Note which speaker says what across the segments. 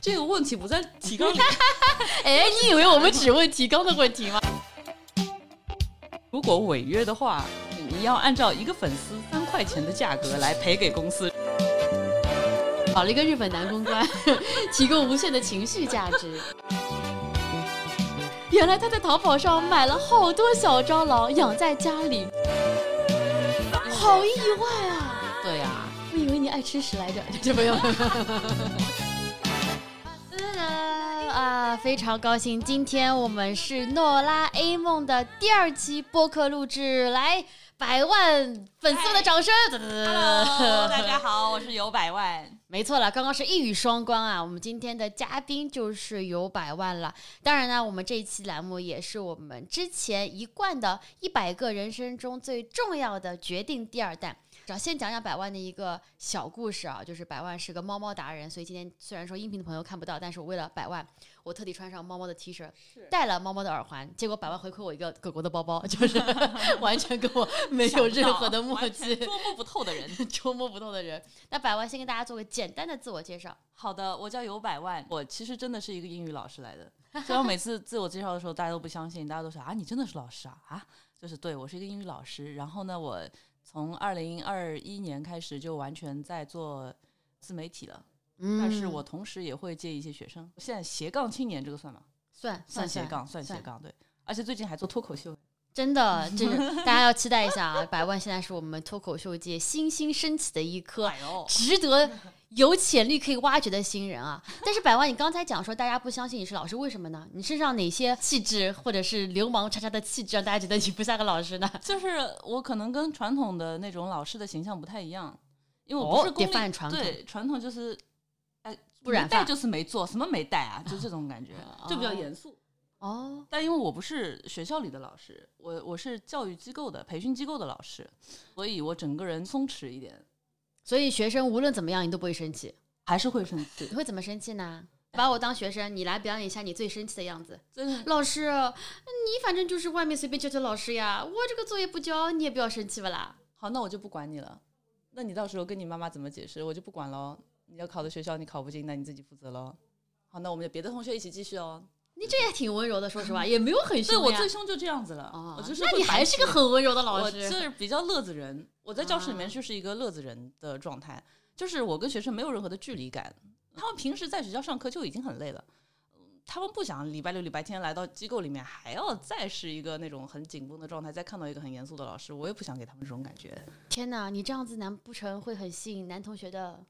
Speaker 1: 这个问题不在提 纲里。
Speaker 2: 哎，你以为我们只问提纲的问题吗？
Speaker 1: 如果违约的话，你要按照一个粉丝三块钱的价格来赔给公司。
Speaker 2: 找了一个日本男公关， 提供无限的情绪价值。原来他在淘宝上买了好多小蟑螂，养在家里，好意外啊！
Speaker 1: 对呀、啊，
Speaker 2: 我以为你爱吃屎来着，这不用。 啊，非常高兴，今天我们是《诺拉 A 梦》的第二期播客录制，来百万粉丝们的掌声
Speaker 3: 呃 Hello，大家好，我是有百万。
Speaker 2: 没错了，刚刚是一语双关啊！我们今天的嘉宾就是有百万了。当然呢，我们这一期栏目也是我们之前一贯的一百个人生中最重要的决定第二弹。只要先讲讲百万的一个小故事啊，就是百万是个猫猫达人，所以今天虽然说音频的朋友看不到，但是我为了百万，我特地穿上猫猫的 T 恤，戴了猫猫的耳环，结果百万回馈我一个狗狗的包包，就是 完全跟我没有任何的默
Speaker 3: 想
Speaker 2: 契
Speaker 3: 不到完全，捉摸不透的人。
Speaker 2: 捉摸不透的人。那百万先跟大家做个简单的自我介绍。
Speaker 3: 好的，我叫有百万，我其实真的是一个英语老师来 的。所以我每次自我介绍的时候，大家都不相信，大家都说啊，你真的是老师啊啊，就是对我是一个英语老师。然后呢，我从二零二一年开始就完全在做自媒体了，
Speaker 2: 嗯
Speaker 3: 但是我同时也会接一些学生。现在斜杠青年这个算吗？
Speaker 2: 算
Speaker 3: 斜杠，算斜
Speaker 2: 算
Speaker 3: 杠，对。而且最近还做脱口秀，
Speaker 2: 真的，这 是大家要期待一下啊！百万现在是我们脱口秀界新兴升起的一颗
Speaker 3: 哎呦，
Speaker 2: 值得有潜力可以挖掘的新人啊！但是百万，你刚才讲说大家不相信你是老师，为什么呢？你身上哪些气质或者是流氓叉叉的气质让大家觉得你不像个老师呢？
Speaker 3: 就是我可能跟传统的那种老师的形象不太一样，因为我
Speaker 2: 哦
Speaker 3: 不是功利、
Speaker 2: define 传统
Speaker 3: 对传统就是，哎，
Speaker 2: 不染
Speaker 3: 没带
Speaker 2: 发
Speaker 3: 就是没做，什么没带啊，就这种感觉，就比较
Speaker 2: 哦
Speaker 3: 严肃。
Speaker 2: 哦，
Speaker 3: 但因为我不是学校里的老师，我我是教育机构的培训机构的老师，所以我整个人松弛一点，
Speaker 2: 所以学生无论怎么样，你都不会生气。
Speaker 3: 还是会生气
Speaker 2: 你。会怎么生气呢？把我当学生，你来表演一下你最生气的样子。
Speaker 3: 真的
Speaker 2: 老师，嗯你反正就是外面随便教教老师呀，我这个作业不交，你也不要生气不啦？
Speaker 3: 好，那我就不管你了。那你到时候跟你妈妈怎么解释，我就不管喽。你要考的学校你考不进，那你自己负责喽。好，那我们就别的同学一起继续哦。
Speaker 2: 你这也挺温柔的，说 实话，也没有很凶
Speaker 3: 对我
Speaker 2: 呀。
Speaker 3: 最凶就这样子了，
Speaker 2: 啊哦
Speaker 3: 我就是
Speaker 2: 那
Speaker 3: 会
Speaker 2: 你
Speaker 3: 反
Speaker 2: 还是
Speaker 3: 击
Speaker 2: 个很温柔的老
Speaker 3: 我
Speaker 2: 师。
Speaker 3: 是比较乐子人，我在教室里面
Speaker 2: 啊
Speaker 3: 就是一个乐子人的状态，就是我跟学生没有任何的距离感。他们平时在学校上课就已经很累了，嗯他们不想礼拜六、礼拜天来到机构里面还要再是一个那种很紧绷的状态，再看到一个很严肃的老师，我也不想给他们这种感觉。
Speaker 2: 天哪，你这样子难不成会很吸引男同学的？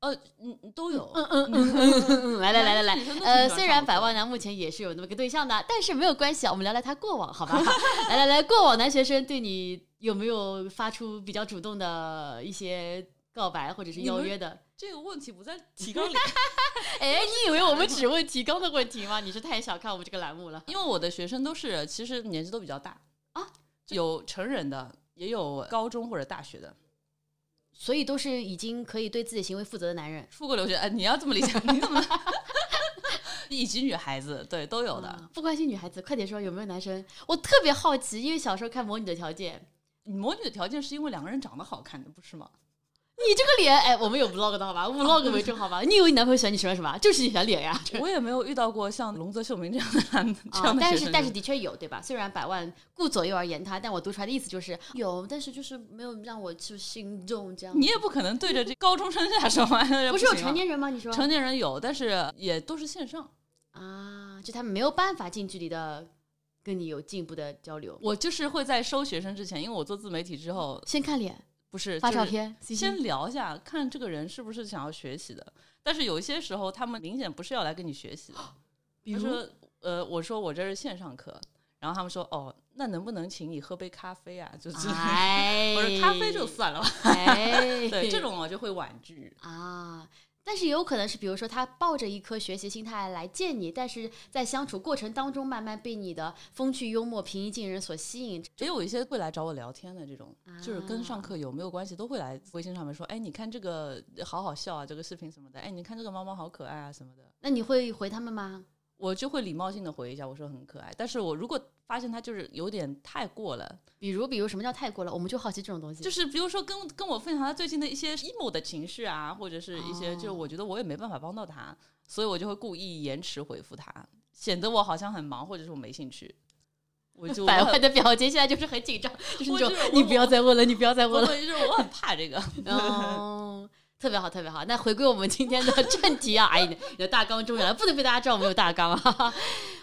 Speaker 3: 呃，嗯，嗯都有，
Speaker 2: 嗯 嗯嗯嗯嗯，来来来来来
Speaker 3: 男。 生女生都挺喜
Speaker 2: 呃，
Speaker 3: 欢
Speaker 2: 虽
Speaker 3: 上
Speaker 2: 然
Speaker 3: 我
Speaker 2: 百
Speaker 3: 课
Speaker 2: 万男目前也是有那么个对象的，但是没有关系啊，我们聊聊他过往，好 吧？来来来，过往男学生对你有没有发出比较主动的一些告白或者是
Speaker 1: 你
Speaker 2: 邀
Speaker 1: 们
Speaker 2: 约的？
Speaker 1: 这个问题不在提纲里。
Speaker 2: 哎，你以为我们只问提纲的问题吗？你是太小看我们这个栏目了。
Speaker 3: 因为我的学生都是其实年纪都比较大
Speaker 2: 啊，
Speaker 3: 有成人的，也有高中或者大学的。
Speaker 2: 所以都是已经可以对自己行为负责的男人。
Speaker 3: 出国留学，哎，你要这么理解，你怎么？以及女孩子，对，都有的。
Speaker 2: 啊不关心女孩子，快点说有没有男生？我特别好奇，因为小时候看《魔女的条件》，
Speaker 3: 魔女的条件是因为两个人长得好看的，不是吗？
Speaker 2: 你这个脸，哎，我们有 vlog 的好吧？vlog 为证好吧？你以为你男朋友喜欢你喜欢什么？就是你喜欢脸呀。
Speaker 3: 我也没有遇到过像龙泽秀明这样的男这
Speaker 2: 啊
Speaker 3: 样，的
Speaker 2: 但
Speaker 3: 学
Speaker 2: 是
Speaker 3: 生。
Speaker 2: 但是的确有对吧？虽然百万顾左右而言他，但我读出来的意思就是有，但是就是没有让我去心动这样。
Speaker 3: 你也不可能对着这高中生下手嘛，
Speaker 2: 不是有成年人吗？你说
Speaker 3: 成年人有，但是也都是线上。
Speaker 2: 啊，就他们没有办法近距离的跟你有进一步的交 流，
Speaker 3: 我就是会在收学生之前，因为我做自媒体之后，
Speaker 2: 先看脸，
Speaker 3: 不是
Speaker 2: 发
Speaker 3: 就
Speaker 2: 照
Speaker 3: 是
Speaker 2: 片，私信
Speaker 3: 先聊一下，看这个人是不是想要学习的。但是有一些时候，他们明显不是要来跟你学习的。
Speaker 2: 比
Speaker 3: 他
Speaker 2: 如
Speaker 3: 说：“呃，我说我这是线上课。”然后他们说：“哦，那能不能请你喝杯咖啡啊？”就这，
Speaker 2: 哎，
Speaker 3: 我说咖啡就算 了吧。
Speaker 2: 哎，
Speaker 3: 对，这种我就会婉拒。
Speaker 2: 啊。但是也有可能是，比如说他抱着一颗学习心态来见你，但是在相处过程当中，慢慢被你的风趣幽默、平易近人所吸引。
Speaker 3: 也有一些会来找我聊天的这种，就是跟上
Speaker 2: 啊
Speaker 3: 课有没有关系，都会来微信上面说：“哎，你看这个好好笑啊，这个视频什么的。哎，你看这个猫猫好可爱啊什么的。
Speaker 2: 那你会回他们吗？”
Speaker 3: 我就会礼貌性的回一下，我说很可爱。但是我如果发现他就是有点太过了，
Speaker 2: 比如，比如什么叫太过了？我们就好奇这种东西。
Speaker 3: 就是比如说跟跟我分享他最近的一些 emo 的情绪啊，或者是一些
Speaker 2: 哦
Speaker 3: 就是我觉得我也没办法帮到他，所以我就会故意延迟回复他，显得我好像很忙或者是我没兴趣。我 就
Speaker 2: 百
Speaker 3: 我很
Speaker 2: 万的表情现在就是很紧张，就是那
Speaker 3: 我
Speaker 2: 种
Speaker 3: 就是
Speaker 2: 你
Speaker 3: 我
Speaker 2: 不要再问了，你不要再
Speaker 3: 我
Speaker 2: 问了。
Speaker 3: 会就是我很怕这个，
Speaker 2: 嗯，特别好，特别好。那回归我们今天的正题啊， 哎，你的你的大纲终于来了，不能被大家知道我们有大纲啊。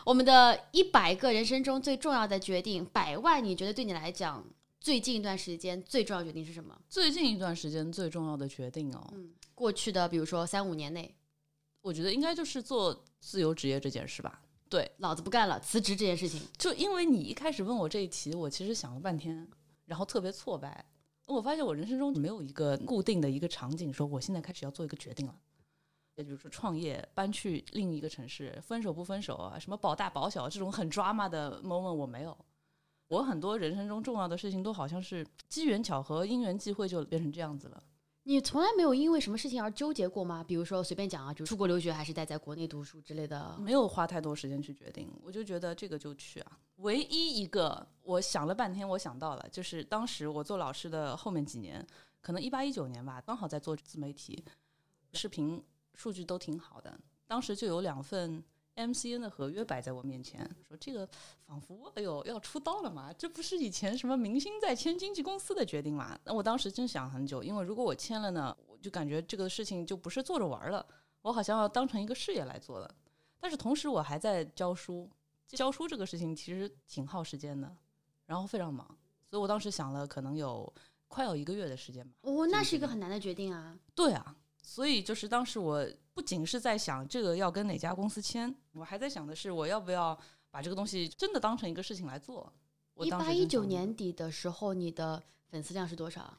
Speaker 2: 我们的一百个人生中最重要的决定，百万，你觉得对你来讲，最近一段时间最重要的决定是什么？
Speaker 3: 最近一段时间最重要的决定哦，
Speaker 2: 嗯，过去的比如说三五年内，
Speaker 3: 我觉得应该就是做自由职业这件事吧。对，
Speaker 2: 老子不干了，辞职这件事情。
Speaker 3: 就因为你一开始问我这一题，我其实想了半天，然后特别挫败。我发现我人生中没有一个固定的一个场景，说我现在开始要做一个决定了。也比如说创业、搬去另一个城市、分手不分手啊，什么保大保小这种很 drama 的 moment 我没有。我很多人生中重要的事情都好像是机缘巧合、因缘际会就变成这样子了。
Speaker 2: 你从来没有因为什么事情而纠结过吗？比如说随便讲啊，就出国留学还是待在国内读书之类的。
Speaker 3: 没有花太多时间去决定，我就觉得这个就去啊。唯一一个我想了半天，我想到了，就是当时我做老师的后面几年，可能一八一九年吧，刚好在做自媒体，视频数据都挺好的，当时就有两份 MCN 的合约摆在我面前，说这个仿佛哎呦要出道了嘛，这不是以前什么明星在签经纪公司的决定嘛？那我当时真想很久，因为如果我签了呢，我就感觉这个事情就不是做着玩儿了，我好像要当成一个事业来做了。但是同时我还在教书，教书这个事情其实挺耗时间的，然后非常忙，所以我当时想了可能有快有一个月的时间吧。
Speaker 2: 哦，那是一个很难的决定啊。
Speaker 3: 对啊，所以就是当时我不仅是在想这个要跟哪家公司签，我还在想的是我要不要把这个东西真的当成一个事情来做。我
Speaker 2: 一
Speaker 3: 当时
Speaker 2: 八
Speaker 3: 真
Speaker 2: 一九
Speaker 3: 想
Speaker 2: 年底的时候，你的粉丝量是多少？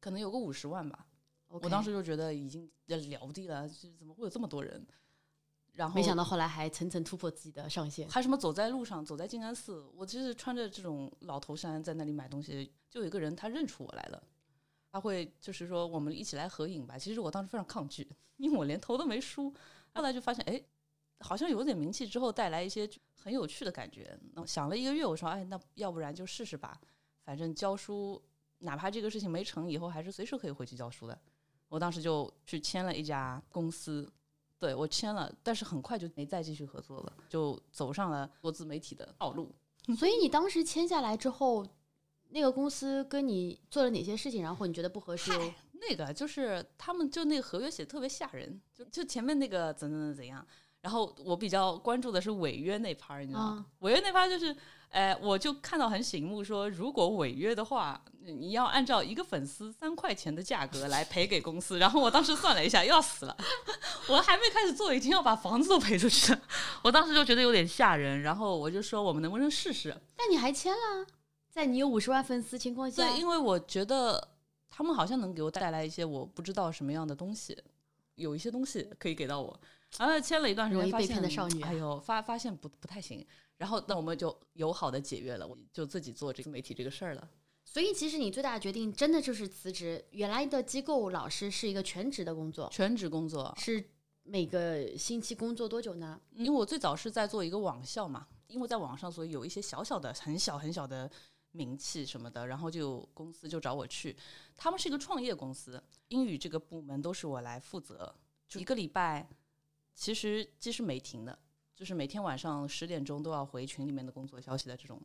Speaker 3: 可能有个五十万吧
Speaker 2: o
Speaker 3: 我当时就觉得已经呃了不地了，这怎么会有这么多人？然后
Speaker 2: 没想到后来还层层突破自己的上限。
Speaker 3: 还什么走在路上，走在静安寺，我就是穿着这种老头衫在那里买东西，就有一个人他认出我来了，他会就是说我们一起来合影吧。其实我当时非常抗拒，因为我连头都没梳。后来就发现，哎，好像有点名气之后带来一些很有趣的感觉。那我想了一个月，我说，哎，那要不然就试试吧，反正教书，哪怕这个事情没成，以后还是随时可以回去教书的。我当时就去签了一家公司，对我签了，但是很快就没再继续合作了，就走上了做自媒体的道路。
Speaker 2: 所以你当时签下来之后，那个公司跟你做了哪些事情，然后你觉得不合适？
Speaker 3: 嗨那个就是他们就那个合约写得特别吓人，就就前面那个怎怎怎怎样。然后我比较关注的是违约那趴儿，你知道吗？
Speaker 2: 嗯
Speaker 3: 违约那趴儿就是，呃，我就看到很醒目说，如果违约的话，你要按照一个粉丝三块钱的价格来赔给公司。然后我当时算了一下，要死了，我还没开始做，已经要把房子都赔出去了。 我当时就觉得有点吓人，然后我就说我们能不能试试？
Speaker 2: 但你还签了啊，在你有五十万粉丝情况下，
Speaker 3: 对，因为我觉得他们好像能给我带来一些我不知道什么样的东西，有一些东西可以给到我。然后签了一段时
Speaker 2: 容
Speaker 3: 间，
Speaker 2: 易
Speaker 3: 发
Speaker 2: 被
Speaker 3: 现
Speaker 2: 骗的少女啊
Speaker 3: 哎呦，发发现不不太行。然后那我们就友好的解约了，我就自己做这个媒体这个事儿了。
Speaker 2: 所以其实你最大的决定真的就是辞职。原来的机构老师是一个全职的工作，
Speaker 3: 全职工作，
Speaker 2: 是每个星期工作多久呢？
Speaker 3: 因为我最早是在做一个网校嘛，因为在网上，所以有一些小小的、很小很小的名气什么的，然后就有公司就找我去。他们是一个创业公司，英语这个部门都是我来负责，就一个礼拜，其实其实没停的，就是每天晚上十点钟都要回群里面的工作消息的这种。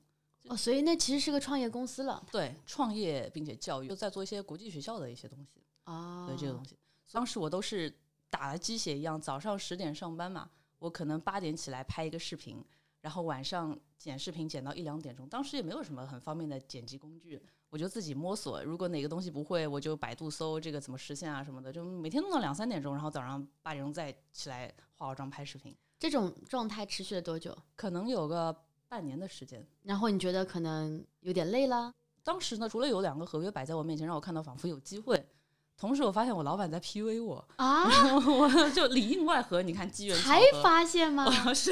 Speaker 2: 哦，所以那其实是个创业公司了
Speaker 3: 对，创业并且教育，就在做一些国际学校的一些东西。
Speaker 2: 啊。
Speaker 3: 对这个东西。当时我都是打了鸡血一样，早上十点上班嘛，我可能八点起来拍一个视频，然后晚上剪视频剪到一两点钟。当时也没有什么很方便的剪辑工具，我就自己摸索。如果哪个东西不会，我就百度搜这个怎么实现啊什么的，就每天弄到两三点钟，然后早上八点钟再起来化好妆拍视频，
Speaker 2: 这种状态持续了多久？
Speaker 3: 可能有个半年的时间。
Speaker 2: 然后你觉得可能有点累了，
Speaker 3: 当时呢，除了有两个合约摆在我面前，让我看到仿佛有机会，同时我发现我老板在 PUA 我，
Speaker 2: 啊？
Speaker 3: 我就里应外合。你看机缘巧
Speaker 2: 才
Speaker 3: 合
Speaker 2: 发现吗？
Speaker 3: 我是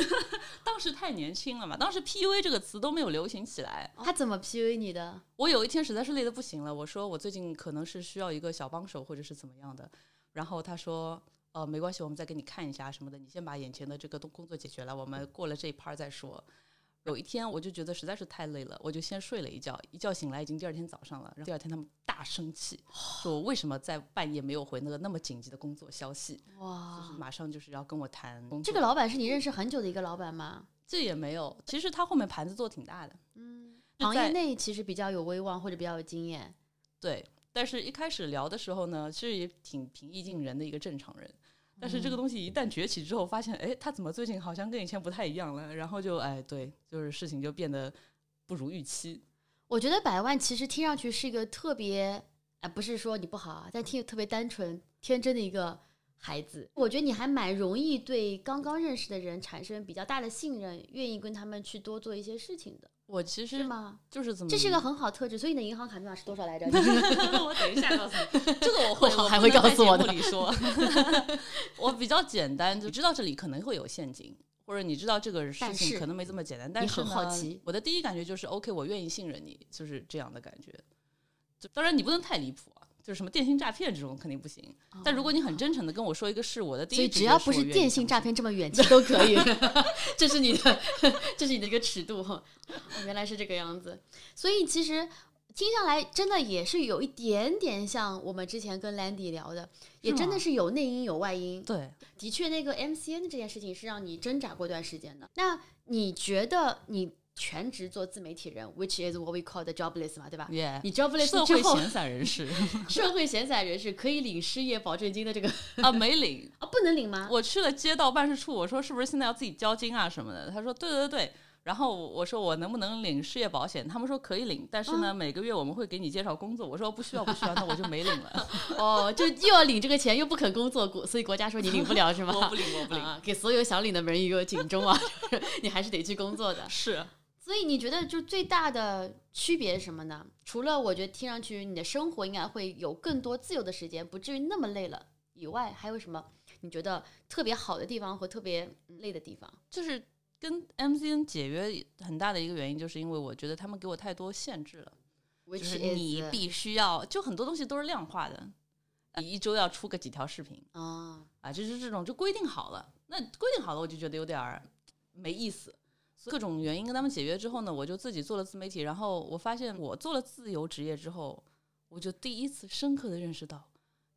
Speaker 3: 当时太年轻了嘛，当时 PUA 这个词都没有流行起来。
Speaker 2: 他怎么 PUA 你的？
Speaker 3: 我有一天实在是累得不行了，我说我最近可能是需要一个小帮手或者是怎么样的，然后他说呃，没关系，我们再给你看一下什么的，你先把眼前的这个东工作解决了，我们过了这一 part 再说。有一天我就觉得实在是太累了，我就先睡了一觉，一觉醒来已经第二天早上了。然后第二天他们大生气，说我为什么在半夜没有回那个那么紧急的工作消息，就
Speaker 2: 哇
Speaker 3: 是，马上就是要跟我谈工
Speaker 2: 这
Speaker 3: 作
Speaker 2: 个老板是你认识很久的一个老板吗？
Speaker 3: 这也没有，其实他后面盘子做挺大的，
Speaker 2: 嗯，
Speaker 3: 就
Speaker 2: 行业
Speaker 3: 在
Speaker 2: 内其实比较有威望或者比较有经验。
Speaker 3: 对。但是一开始聊的时候呢，其实也挺平易近人的一个正常人。但是这
Speaker 2: 嗯
Speaker 3: 个东西一旦崛起之后，发现哎，他怎么最近好像跟以前不太一样了？然后就哎，对，就是事情就变得不如预期。
Speaker 2: 我觉得百万其实听上去是一个特别，啊、不是说你不好啊，但听特别单纯、天真的一个孩子。我觉得你还蛮容易对刚刚认识的人产生比较大的信任，愿意跟他们去多做一些事情的，
Speaker 3: 我其实
Speaker 2: 是吗？
Speaker 3: 就是怎么，
Speaker 2: 这是一个很好特质。所以你的银行卡密码是多少来着？
Speaker 3: 我等一下告诉你，这个我会，
Speaker 2: 好
Speaker 3: 我
Speaker 2: 还
Speaker 3: 不
Speaker 2: 会
Speaker 3: 能
Speaker 2: 告
Speaker 3: 在
Speaker 2: 诉
Speaker 3: 节
Speaker 2: 我
Speaker 3: 目
Speaker 2: 的
Speaker 3: 里 说，我比较简单，就知道这里可能会有陷阱，或者你知道这个事
Speaker 2: 但
Speaker 3: 情
Speaker 2: 是
Speaker 3: 可能没这么简单，但是
Speaker 2: 很
Speaker 3: 呢，
Speaker 2: 好奇
Speaker 3: 我的第一感觉就是 OK，我愿意信任你，就是这样的感觉。就当然你不能太离谱啊，就是什么电信诈骗这种肯定不行。但如果你很真诚的跟我说一个是我的第
Speaker 2: 哦所
Speaker 3: 一
Speaker 2: 以
Speaker 3: 直
Speaker 2: 只
Speaker 3: 觉
Speaker 2: 要不
Speaker 3: 我
Speaker 2: 是
Speaker 3: 愿意
Speaker 2: 电信
Speaker 3: 相
Speaker 2: 诈
Speaker 3: 信，
Speaker 2: 骗这么远期都可以， 这是你的，这是你的一个尺度。哦原来是这个样子，所以其实听下来真的也是有一点点像我们之前跟 Landy 聊的，也
Speaker 3: 是
Speaker 2: 真的
Speaker 3: 吗
Speaker 2: 是有内因有外因。
Speaker 3: 对，
Speaker 2: 的确，那个 MCN 这件事情是让你挣扎过段时间的。那你觉得你全职做自媒体人，which is what we call the jobless 嘛，对吧？
Speaker 3: 耶、
Speaker 2: 你 jobless
Speaker 3: 社
Speaker 2: 之
Speaker 3: 会
Speaker 2: 后，
Speaker 3: 闲散人士
Speaker 2: 社会闲散人士可以领失业保证金的这个
Speaker 3: 啊，没领，
Speaker 2: 啊，不能领吗？
Speaker 3: 我去了街道办事处，我说是不是现在要自己交金啊什么的？他说对对对。然后我说我能不能领失业保险？他们说可以领，但是呢，每个月我们会给你介绍工作。我说不需要不需要，那我就没领了，
Speaker 2: 哦，就又要领这个钱，又不肯工作，国所以国家说你领不了是 吗？
Speaker 3: 我不领我不领。
Speaker 2: 啊，给所有想领的人一个警钟啊， 就是你还是得去工作的。
Speaker 3: 是
Speaker 2: 所以你觉得就最大的区别是什么呢？除了我觉得听上去你的生活应该会有更多自由的时间，不至于那么累了以外，还有什么你觉得特别好的地方和特别累的地方？
Speaker 3: 就是跟 MCN 解约很大的一个原因，就是因为我觉得他们给我太多限制了，
Speaker 2: 就
Speaker 3: 就是你
Speaker 2: 嗯
Speaker 3: 必须要，就很多东西都是量化的，你一周要出个几条视频，
Speaker 2: 啊，
Speaker 3: 啊，就是这种就规定好了。那规定好了，我就觉得有点儿没意思。所以各种原因跟他们解约之后呢，我就自己做了自媒体。然后我发现我做了自由职业之后，我就第一次深刻的认识到，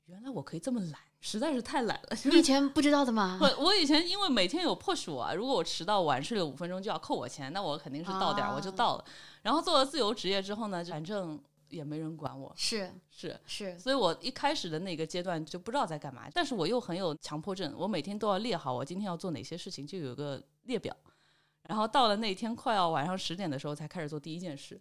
Speaker 3: 原来我可以这么懒，实在是太懒了。
Speaker 2: 你以前不知道的吗？
Speaker 3: 我我以前因为每天有 push 我、啊，如果我迟到晚睡了五分钟就要扣我钱，那我肯定是到点儿、我就
Speaker 2: 啊
Speaker 3: 到了。然后做了自由职业之后呢，反正也没人管我，
Speaker 2: 是
Speaker 3: 是
Speaker 2: 是，
Speaker 3: 所以我一开始的那个阶段就不知道在干嘛，但是我又很有强迫症，我每天都要列好我今天要做哪些事情，就有个列表。然后到了那天快要晚上十点的时候，才开始做第一件事。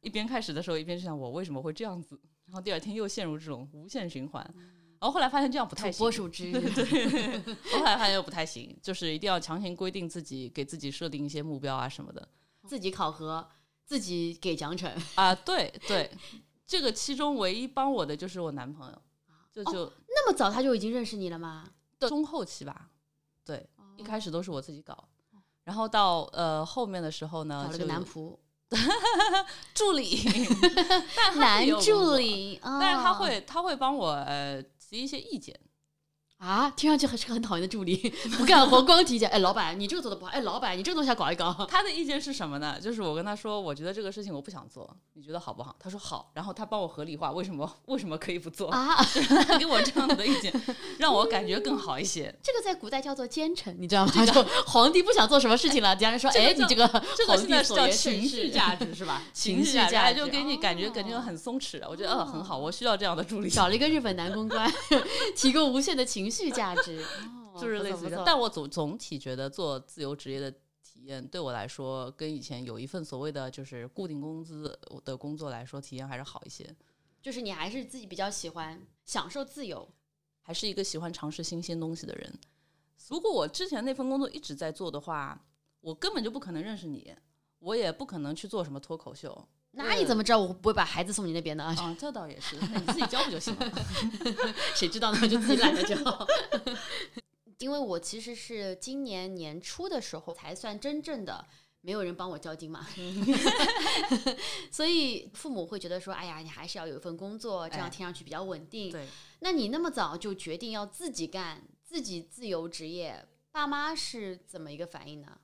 Speaker 3: 一边开始的时候，一边就想我为什么会这样子，然后第二天又陷入这种无限循环。然后后来发现这样不太
Speaker 2: 土
Speaker 3: 行
Speaker 2: 拨，鼠之日
Speaker 3: 我后来发现又不太行，就是一定要强行规定自己，给自己设定一些目标啊什么的。
Speaker 2: 自己考核，自己给奖惩。
Speaker 3: 啊，对对，这个其中唯一帮我的就是我男朋友，就
Speaker 2: 哦
Speaker 3: 就、
Speaker 2: 那么早他就已经认识你了吗？
Speaker 3: 中后期吧，对，一开
Speaker 2: 始
Speaker 3: 始都是我自己搞，然后到呃后面的时候呢
Speaker 2: 哦找，了
Speaker 3: 就
Speaker 2: 个
Speaker 3: 有
Speaker 2: 男仆，
Speaker 3: 助 理，但他
Speaker 2: 男
Speaker 3: 也有工
Speaker 2: 助
Speaker 3: 作，
Speaker 2: 理，
Speaker 3: 但是他
Speaker 2: 哦
Speaker 3: 会他会帮我呃提一些意见，
Speaker 2: 啊，听上去还是个很讨厌的助理， 不干活光提意见。哎，老板，你这个做的不好，哎，老板，你这个东西要搞一 搞。
Speaker 3: 他的意见是什么呢？就是我跟他说，我觉得这个事情我不想做，你觉得好不好？他说好，然后他帮我合理化为什么为什么可以不做，
Speaker 2: 啊，
Speaker 3: 他给我这样子的意见，让我感觉更好一些。
Speaker 2: 这个在古代叫做奸臣，你知道吗？ 就皇帝不想做什么事情 了，家人说，
Speaker 3: 这个
Speaker 2: 哎，你
Speaker 3: 叫
Speaker 2: 这个
Speaker 3: 这个
Speaker 2: 皇
Speaker 3: 现
Speaker 2: 帝
Speaker 3: 在
Speaker 2: 所
Speaker 3: 叫
Speaker 2: 言
Speaker 3: 情
Speaker 2: 甚
Speaker 3: 绪
Speaker 2: 是
Speaker 3: 价值 是吧？
Speaker 2: 情
Speaker 3: 绪
Speaker 2: 绪
Speaker 3: 价值
Speaker 2: 价
Speaker 3: 哎
Speaker 2: 值
Speaker 3: 就给 你感觉感觉
Speaker 2: 哦
Speaker 3: 很松弛，我觉得呃很好，我需要这样的助理。
Speaker 2: 找了一个日本男 公关，提供无限的情 绪价值，哦
Speaker 3: 就是类
Speaker 2: 不错
Speaker 3: 似
Speaker 2: 不
Speaker 3: 于这样
Speaker 2: 错
Speaker 3: 但我总总体觉得做自由职业的体验，对我来说，跟以前有一份所谓的就是固定工资的工作来说，体验还是好一些。
Speaker 2: 就是你还是自己比较喜欢享受自由。
Speaker 3: 还是一个喜欢尝试新鲜东西的人。如果我之前那份工作一直在做的话，我根本就不可能认识你，我也不可能去做什么脱口秀。
Speaker 2: 那你怎么知道我不会把孩子送你那边呢？
Speaker 3: 啊，这倒也是，那你自己教不就行了？
Speaker 2: 谁知道呢？就自己懒得就好。 因为我其实是今年年初的时候才算真正的没有人帮我交金嘛， 所以父母会觉得说：“哎呀，你还是要有一份工作，这样
Speaker 3: 哎
Speaker 2: 听上去比较稳定。
Speaker 3: 对，
Speaker 2: 那你那么早就决定要自己干，自自己自由职业，爸妈是怎么一个反应呢？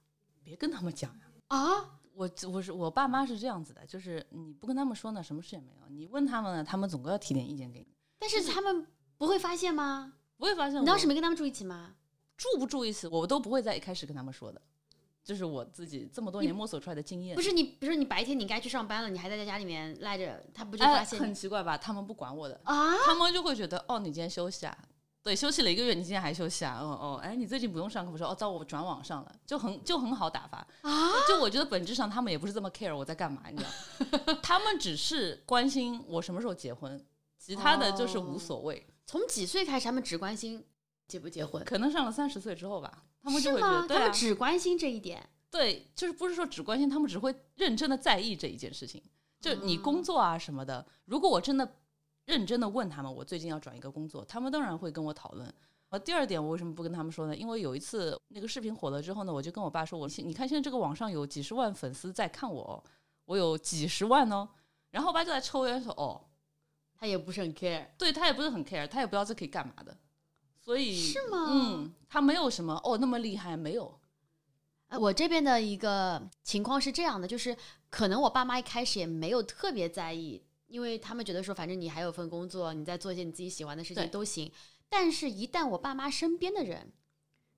Speaker 3: 别跟他们讲呀、
Speaker 2: 啊，
Speaker 3: 我我是我爸妈是这样子的，就是你不跟他们说呢，什么事也没有；你问他们呢，他们总归要提点意见给你。
Speaker 2: 但是他们不会发现吗？
Speaker 3: 不会发现
Speaker 2: 你当时
Speaker 3: 我
Speaker 2: 没跟他们住一起吗？
Speaker 3: 住不住一起，我都不会在一开始跟他们说的，就是我自己这么多
Speaker 2: 你
Speaker 3: 年摸索出来的经验
Speaker 2: 不。是你，比如说你白天你该去上班了，你还待在家里面赖着，他不就
Speaker 3: 哎，
Speaker 2: 发现
Speaker 3: 很
Speaker 2: 你、
Speaker 3: 奇怪吧？他们不管我的，
Speaker 2: 啊？
Speaker 3: 他们就会觉得哦，你今天休息啊，对，休息了一个月，你今天还休息啊？哦哦，哎，你最近不用上课，我说哦，在我转网上了，就很就很好打发
Speaker 2: 啊。
Speaker 3: 就我觉得本质上他们也不是这么 care 我在干嘛，你知道， 他们只是关心我什么时候结婚，其他的就是无
Speaker 2: 哦
Speaker 3: 所谓。
Speaker 2: 从几岁开始，他们只关心结不结婚？
Speaker 3: 可能上了三十岁之后吧，他们
Speaker 2: 是
Speaker 3: 就会觉
Speaker 2: 吗
Speaker 3: 得？对、
Speaker 2: 他
Speaker 3: 啊、
Speaker 2: 们只关心这一点。
Speaker 3: 对，就是不是说只关心，他们只会认真的在意这一件事情。就你
Speaker 2: 嗯
Speaker 3: 工作啊什么的，如果我真的认真的问他们，我最近要转一个工作，他们当然会跟我讨论。呃，第二点，我为什么不跟他们说呢？因为有一次那个视频火了之后呢，我就跟我爸说，我现你看现在这个网上有几十万粉丝在看我、哦，我有几十万哦。然后我爸就在抽烟说，哦，
Speaker 2: 他也不是很 care，
Speaker 3: 对他也不是很 care，他也不知道这可以干嘛的，所以
Speaker 2: 是吗？
Speaker 3: 嗯，他没有什么哦那么厉害，没有，
Speaker 2: 呃我这边的一个情况是这样的，就是可能我爸妈一开始也没有特别在意，因为他们觉得说，反正你还有份工作，你再做一些你自己喜欢的事情
Speaker 3: 对
Speaker 2: 都行。但是，一旦我爸妈身边的人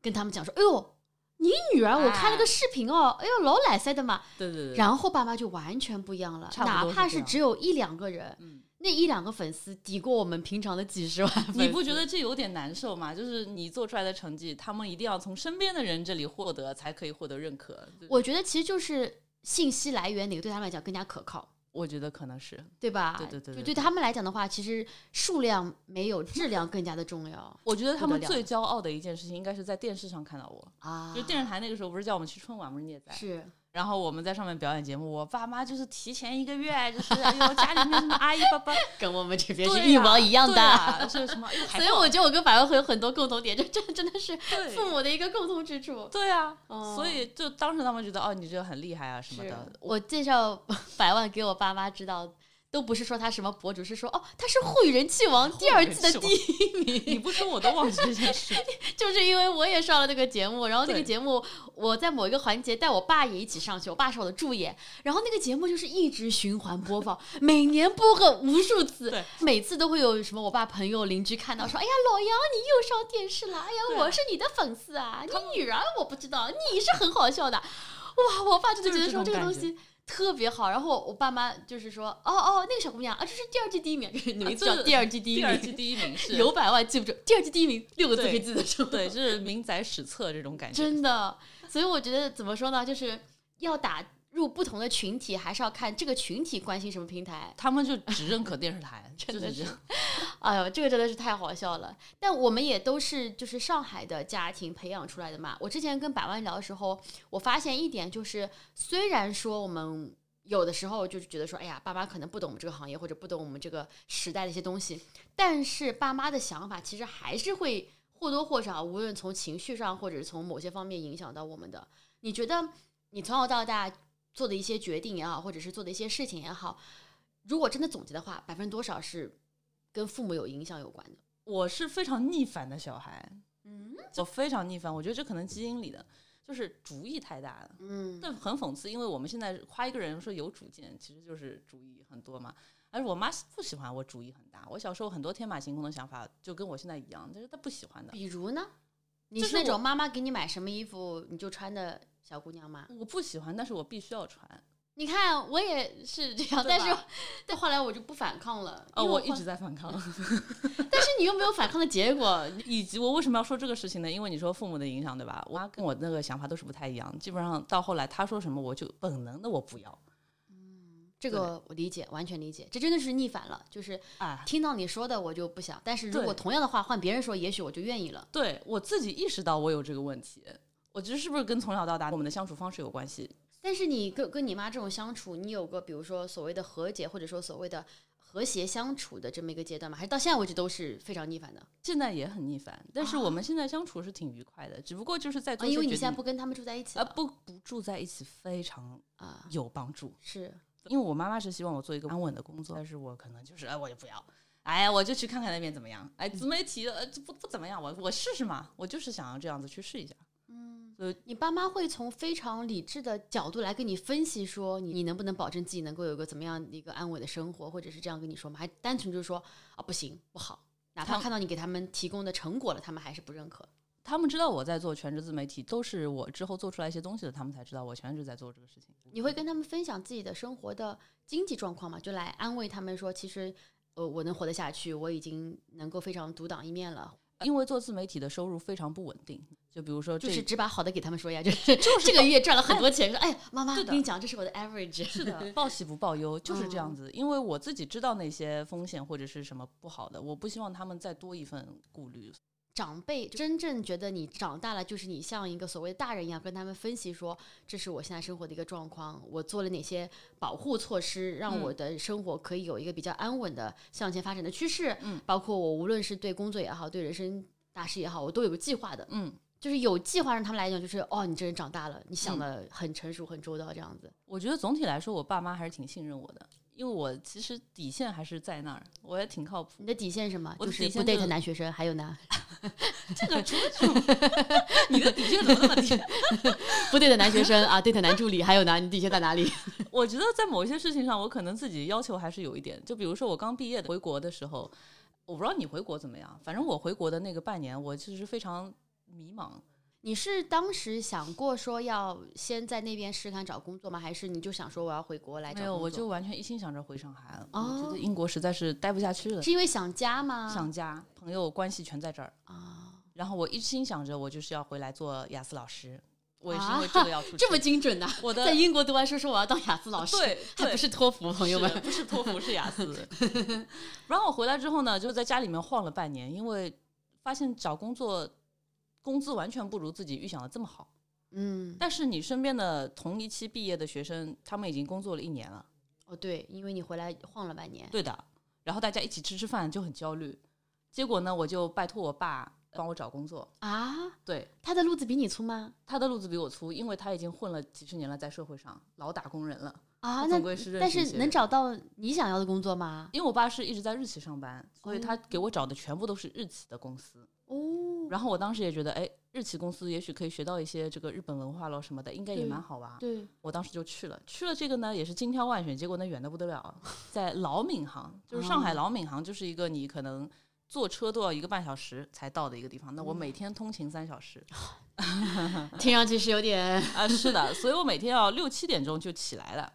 Speaker 2: 跟他们讲说：“哎呦，你女儿，我看了个视频哦，哎呦，老奶塞的嘛。
Speaker 3: 对对”对，
Speaker 2: 然后爸妈就完全不一样了，
Speaker 3: 差不
Speaker 2: 哪
Speaker 3: 多是
Speaker 2: 怕
Speaker 3: 这
Speaker 2: 是
Speaker 3: 样
Speaker 2: 只有一两个人，
Speaker 3: 嗯。
Speaker 2: 那一两个粉丝抵过我们平常的几十万 粉丝。
Speaker 3: 你不觉得这有点难受吗？就是你做出来的成绩，他们一定要从身边的人这里获得，才可以获得认可。
Speaker 2: 我觉得其实就是信息来源哪个对他们来讲更加可靠。
Speaker 3: 我觉得可能是，
Speaker 2: 对吧？
Speaker 3: 对对对
Speaker 2: 啊
Speaker 3: 对
Speaker 2: 就对他们来讲的话，其实数量没有质量更加的重要
Speaker 3: 我觉得他们
Speaker 2: 不得了
Speaker 3: 最骄傲的一件事情，应该是在电视上看到我。
Speaker 2: 啊。
Speaker 3: 就电视台那个时候不是叫我们去春晚吗，不是你也在？
Speaker 2: 是
Speaker 3: 然后我们在上面表演节目，我爸妈就是提前一个月，就是哎呦家里面什么阿姨爸 爸
Speaker 2: 跟我们这边
Speaker 3: 对
Speaker 2: 是
Speaker 3: 呀
Speaker 2: 一模一样的，
Speaker 3: 对啊是什么？ 哎呦海
Speaker 2: 所以
Speaker 3: 报
Speaker 2: 我觉得我跟百万会有很多共同点，就这真的是
Speaker 3: 对
Speaker 2: 父母的一个共通之处。
Speaker 3: 对啊，
Speaker 2: 哦
Speaker 3: 所以就当时他们觉得哦，你这个很厉害啊什么的。
Speaker 2: 我介绍 百万给我爸妈知道，都不是说他什么博主，是说哦他是沪语人气王第二季的第一名，
Speaker 3: 你不说我都忘记这件事。
Speaker 2: 就是因为我也上了那个节目，然后那个
Speaker 3: 对
Speaker 2: 节目我在某一个环节带我爸也一起上去，我爸是我的助演，然后那个节目就是一直循环播放，每年播个无数次
Speaker 3: 对，
Speaker 2: 每次都会有什么我爸朋友邻居看到说，哎呀老杨你又上电视了，哎
Speaker 3: 对
Speaker 2: 呀
Speaker 3: 啊
Speaker 2: 我是你的粉丝啊，你女儿我不知道，你是很好笑的，哇，我爸就
Speaker 3: 就是
Speaker 2: 觉得
Speaker 3: 这种
Speaker 2: 说这个
Speaker 3: 感
Speaker 2: 东
Speaker 3: 觉
Speaker 2: 西。特别好，然后我爸妈就是说，哦哦，那个小姑娘啊，这是第二季第一名，你们
Speaker 3: 就
Speaker 2: 叫
Speaker 3: 是
Speaker 2: 第二季第一
Speaker 3: 啊第
Speaker 2: 名，
Speaker 3: 二季第一名是
Speaker 2: 有百万记不住，第二季第一名六个字
Speaker 3: 对
Speaker 2: 可以记得住，
Speaker 3: 对，就是民宅史册这种感觉。
Speaker 2: 真的。所以我觉得怎么说呢，就是要打入不同的群体，还是要看这个群体关心什么平台。
Speaker 3: 他们就只认可电视台，
Speaker 2: 真
Speaker 3: 就
Speaker 2: 的
Speaker 3: 是这样。
Speaker 2: 哎呦，这个真的是太好笑了。但我们也都是就是上海的家庭培养出来的嘛。我之前跟百万聊的时候，我发现一点就是，虽然说我们。有的时候就是觉得说，哎呀，爸妈可能不懂我们这个行业，或者不懂我们这个时代的一些东西，但是爸妈的想法其实还是会或多或少，无论从情绪上，或者是从某些方面影响到我们的。你觉得你从小到大做的一些决定也好，或者是做的一些事情也好，如果真的总结的话，百分之多少是跟父母有影响有关的？
Speaker 3: 我是非常逆反的小孩，
Speaker 2: 嗯
Speaker 3: 我非常逆反。我觉得这可能基因里的，就是主意太大了。
Speaker 2: 嗯，
Speaker 3: 但很讽刺，因为我们现在夸一个人说有主见，其实就是主意很多嘛。而我妈不喜欢我主意很大，我小时候很多天马行空的想法就跟我现在一样，但是她不喜 欢的。
Speaker 2: 比如呢，你
Speaker 3: 就是是
Speaker 2: 那
Speaker 3: 我
Speaker 2: 种妈妈给你买什么衣服你就穿的小姑娘吗？
Speaker 3: 我不喜欢，但是我必须要穿。
Speaker 2: 你看我也是这样，
Speaker 3: 对
Speaker 2: 啊但
Speaker 3: 吧
Speaker 2: 是但后来我就不反抗了。
Speaker 3: 哦，
Speaker 2: 因为
Speaker 3: 我
Speaker 2: 后
Speaker 3: 一直，在反抗。
Speaker 2: 但是你又没有反抗的结果，
Speaker 3: 以及我为什么要说这个事情呢？因为你说父母的影响，对吧？我妈跟我那个想法都是不太一样，基本上到后来她说什么，我就本能的我不要
Speaker 2: 这个呃我理解，完全理解，这真的是逆反了，就是
Speaker 3: 啊。
Speaker 2: 听到你说的我就不想，但是如果
Speaker 3: 对
Speaker 2: 同样的话换别人说，也许我就愿意了。
Speaker 3: 对我自己意识到我有这个问题，我觉得是不是跟从小到大我们的相处方式有关系？
Speaker 2: 但是你跟跟你妈这种相处，你有个比如说所谓的和解，或者说所谓的和谐相处的这么一个阶段吗？还是到现在为止都是非常逆反的？
Speaker 3: 现在也很逆反，但是
Speaker 2: 啊
Speaker 3: 我们现在相处是挺愉快的，只不过就是在
Speaker 2: 啊，
Speaker 3: 做一些
Speaker 2: 因为你
Speaker 3: 决
Speaker 2: 现在
Speaker 3: 定
Speaker 2: 不跟他们住在一起
Speaker 3: 啊
Speaker 2: 了
Speaker 3: 不不住在一起非常
Speaker 2: 啊，
Speaker 3: 有帮助。
Speaker 2: 是
Speaker 3: 因为我妈妈是希望我做一个安稳的工作，但是我可能就是哎，我也不要。哎，我就去看看那边怎么样。 哎，自媒体呃这不不怎么样，我我试试嘛，我就是想要这样子去试一下。
Speaker 2: 嗯
Speaker 3: 呃，
Speaker 2: 你爸妈会从非常理智的角度来跟你分析，说你你能不能保证自己能够有个怎么样的一个安稳的生活，或者是这样跟你说吗？还单纯就是说啊不行不好，哪怕
Speaker 3: 他
Speaker 2: 看到你给他们提供的成果了，他们还是不认可。
Speaker 3: 他们知道我在做全职自媒体，都是我之后做出来一些东西的，他们才知道我全职在做这个事情。
Speaker 2: 你会跟他们分享自己的生活的经济状况吗？就来安慰他们说，其实呃我能活得下去，我已经能够非常独当一面了，
Speaker 3: 呃因为做自媒体的收入非常不稳定，就比如说这
Speaker 2: 就是只把好的给他们说呀，就是、这个月赚了很多钱，说哎妈妈，
Speaker 3: 对
Speaker 2: 我
Speaker 3: 的
Speaker 2: 跟你讲，这是我的 average。
Speaker 3: 是的， 报喜不报忧，就是这
Speaker 2: 嗯
Speaker 3: 样子。因为我自己知道那些风险或者是什么不好的，我不希望他们再多一份顾虑。
Speaker 2: 长辈真正觉得你长大了，就是你像一个所谓的大人一样，跟他们分析说，这是我现在生活的一个状况，我做了哪些保护措施，让我的生活可以有一个比较安稳的向前发展的趋势。
Speaker 3: 嗯，
Speaker 2: 包括我无论是对工作也好，对人生大事也好，我都有个计划的。
Speaker 3: 嗯，
Speaker 2: 就是有计划，让他们来讲，就是哦，你这人长大了，你想的很成熟、很周到，这样子。
Speaker 3: 我觉得总体来说，我爸妈还是挺信任我的，因为我其实底线还是在那儿，我也挺靠谱。
Speaker 2: 你的底线是什么？
Speaker 3: 我
Speaker 2: 就
Speaker 3: 的
Speaker 2: 是
Speaker 3: 底
Speaker 2: 不
Speaker 3: 线就
Speaker 2: date
Speaker 3: 是
Speaker 2: 男学生，还有呢，
Speaker 3: 这个除了这种你的底线怎么那么低？
Speaker 2: 不 date 男学生啊，date 男助理，还有呢，你底线在哪里？
Speaker 3: 我觉得在某一些事情上，我可能自己要求还是有一点。就比如说我刚毕业的回国的时候，我不知道你回国怎么样，反正我回国的那个半年，我就是非常迷茫。
Speaker 2: 你是当时想过说要先在那边试看找工作吗？还是你就想说我要回国来找
Speaker 3: 没
Speaker 2: 工
Speaker 3: 有，
Speaker 2: 作？
Speaker 3: 我就完全一心想着回上海了。我
Speaker 2: 哦
Speaker 3: 觉得英国实在是待不下去了，
Speaker 2: 是因为想家吗？
Speaker 3: 想家，朋友关系全在这儿。
Speaker 2: 啊，
Speaker 3: 然后我一心想着我就是要回来做雅思老师，我也是
Speaker 2: 啊
Speaker 3: 因为这个要 出去。
Speaker 2: 这么精准呐、
Speaker 3: 我的
Speaker 2: 在英国读完书说我要当雅思老师，
Speaker 3: 对
Speaker 2: 还不
Speaker 3: 对
Speaker 2: 是托福，朋友
Speaker 3: 是
Speaker 2: 们。
Speaker 3: 不是托福是雅 思。然后我回来之后呢，就在家里面晃了半年，因为发现找工作工资完全不如自己预想的这么好。
Speaker 2: 嗯，
Speaker 3: 但是你身边的同一期毕业的学生，他们已经工作了一年了，
Speaker 2: 哦对，因为你回来晃了半年，
Speaker 3: 对的。然后大家一起吃吃饭就很焦虑。结果呢，我就拜托我爸帮我找工作。
Speaker 2: 啊，
Speaker 3: 对，
Speaker 2: 他的路子比你粗吗？
Speaker 3: 他的路子比我粗，因为他已经混了几十年了，在社会上老打工人了。
Speaker 2: 啊，
Speaker 3: 他
Speaker 2: 那
Speaker 3: 总归是认
Speaker 2: 但
Speaker 3: 识一些
Speaker 2: 是能
Speaker 3: 人
Speaker 2: 找到你想要的工作吗？
Speaker 3: 因为我爸是一直在日企上班，所以他给我找的全部都是日企的公司。
Speaker 2: 哦，
Speaker 3: 然后我当时也觉得，哎，日企公司也许可以学到一些这个日本文化咯什么的，应该也
Speaker 2: 对
Speaker 3: 蛮好吧。
Speaker 2: 对，
Speaker 3: 我当时就去了，去了这个呢也是千挑万选，结果那远的不得了，在老闵行，就是上海
Speaker 2: 哦
Speaker 3: 老闵行，就是一个你可能坐车都要一个半小时才到的一个地方。那我
Speaker 2: 嗯
Speaker 3: 每天通勤三小时
Speaker 2: 听上去是有点，
Speaker 3: 啊，是的，所以我每天要六七点钟就起来了。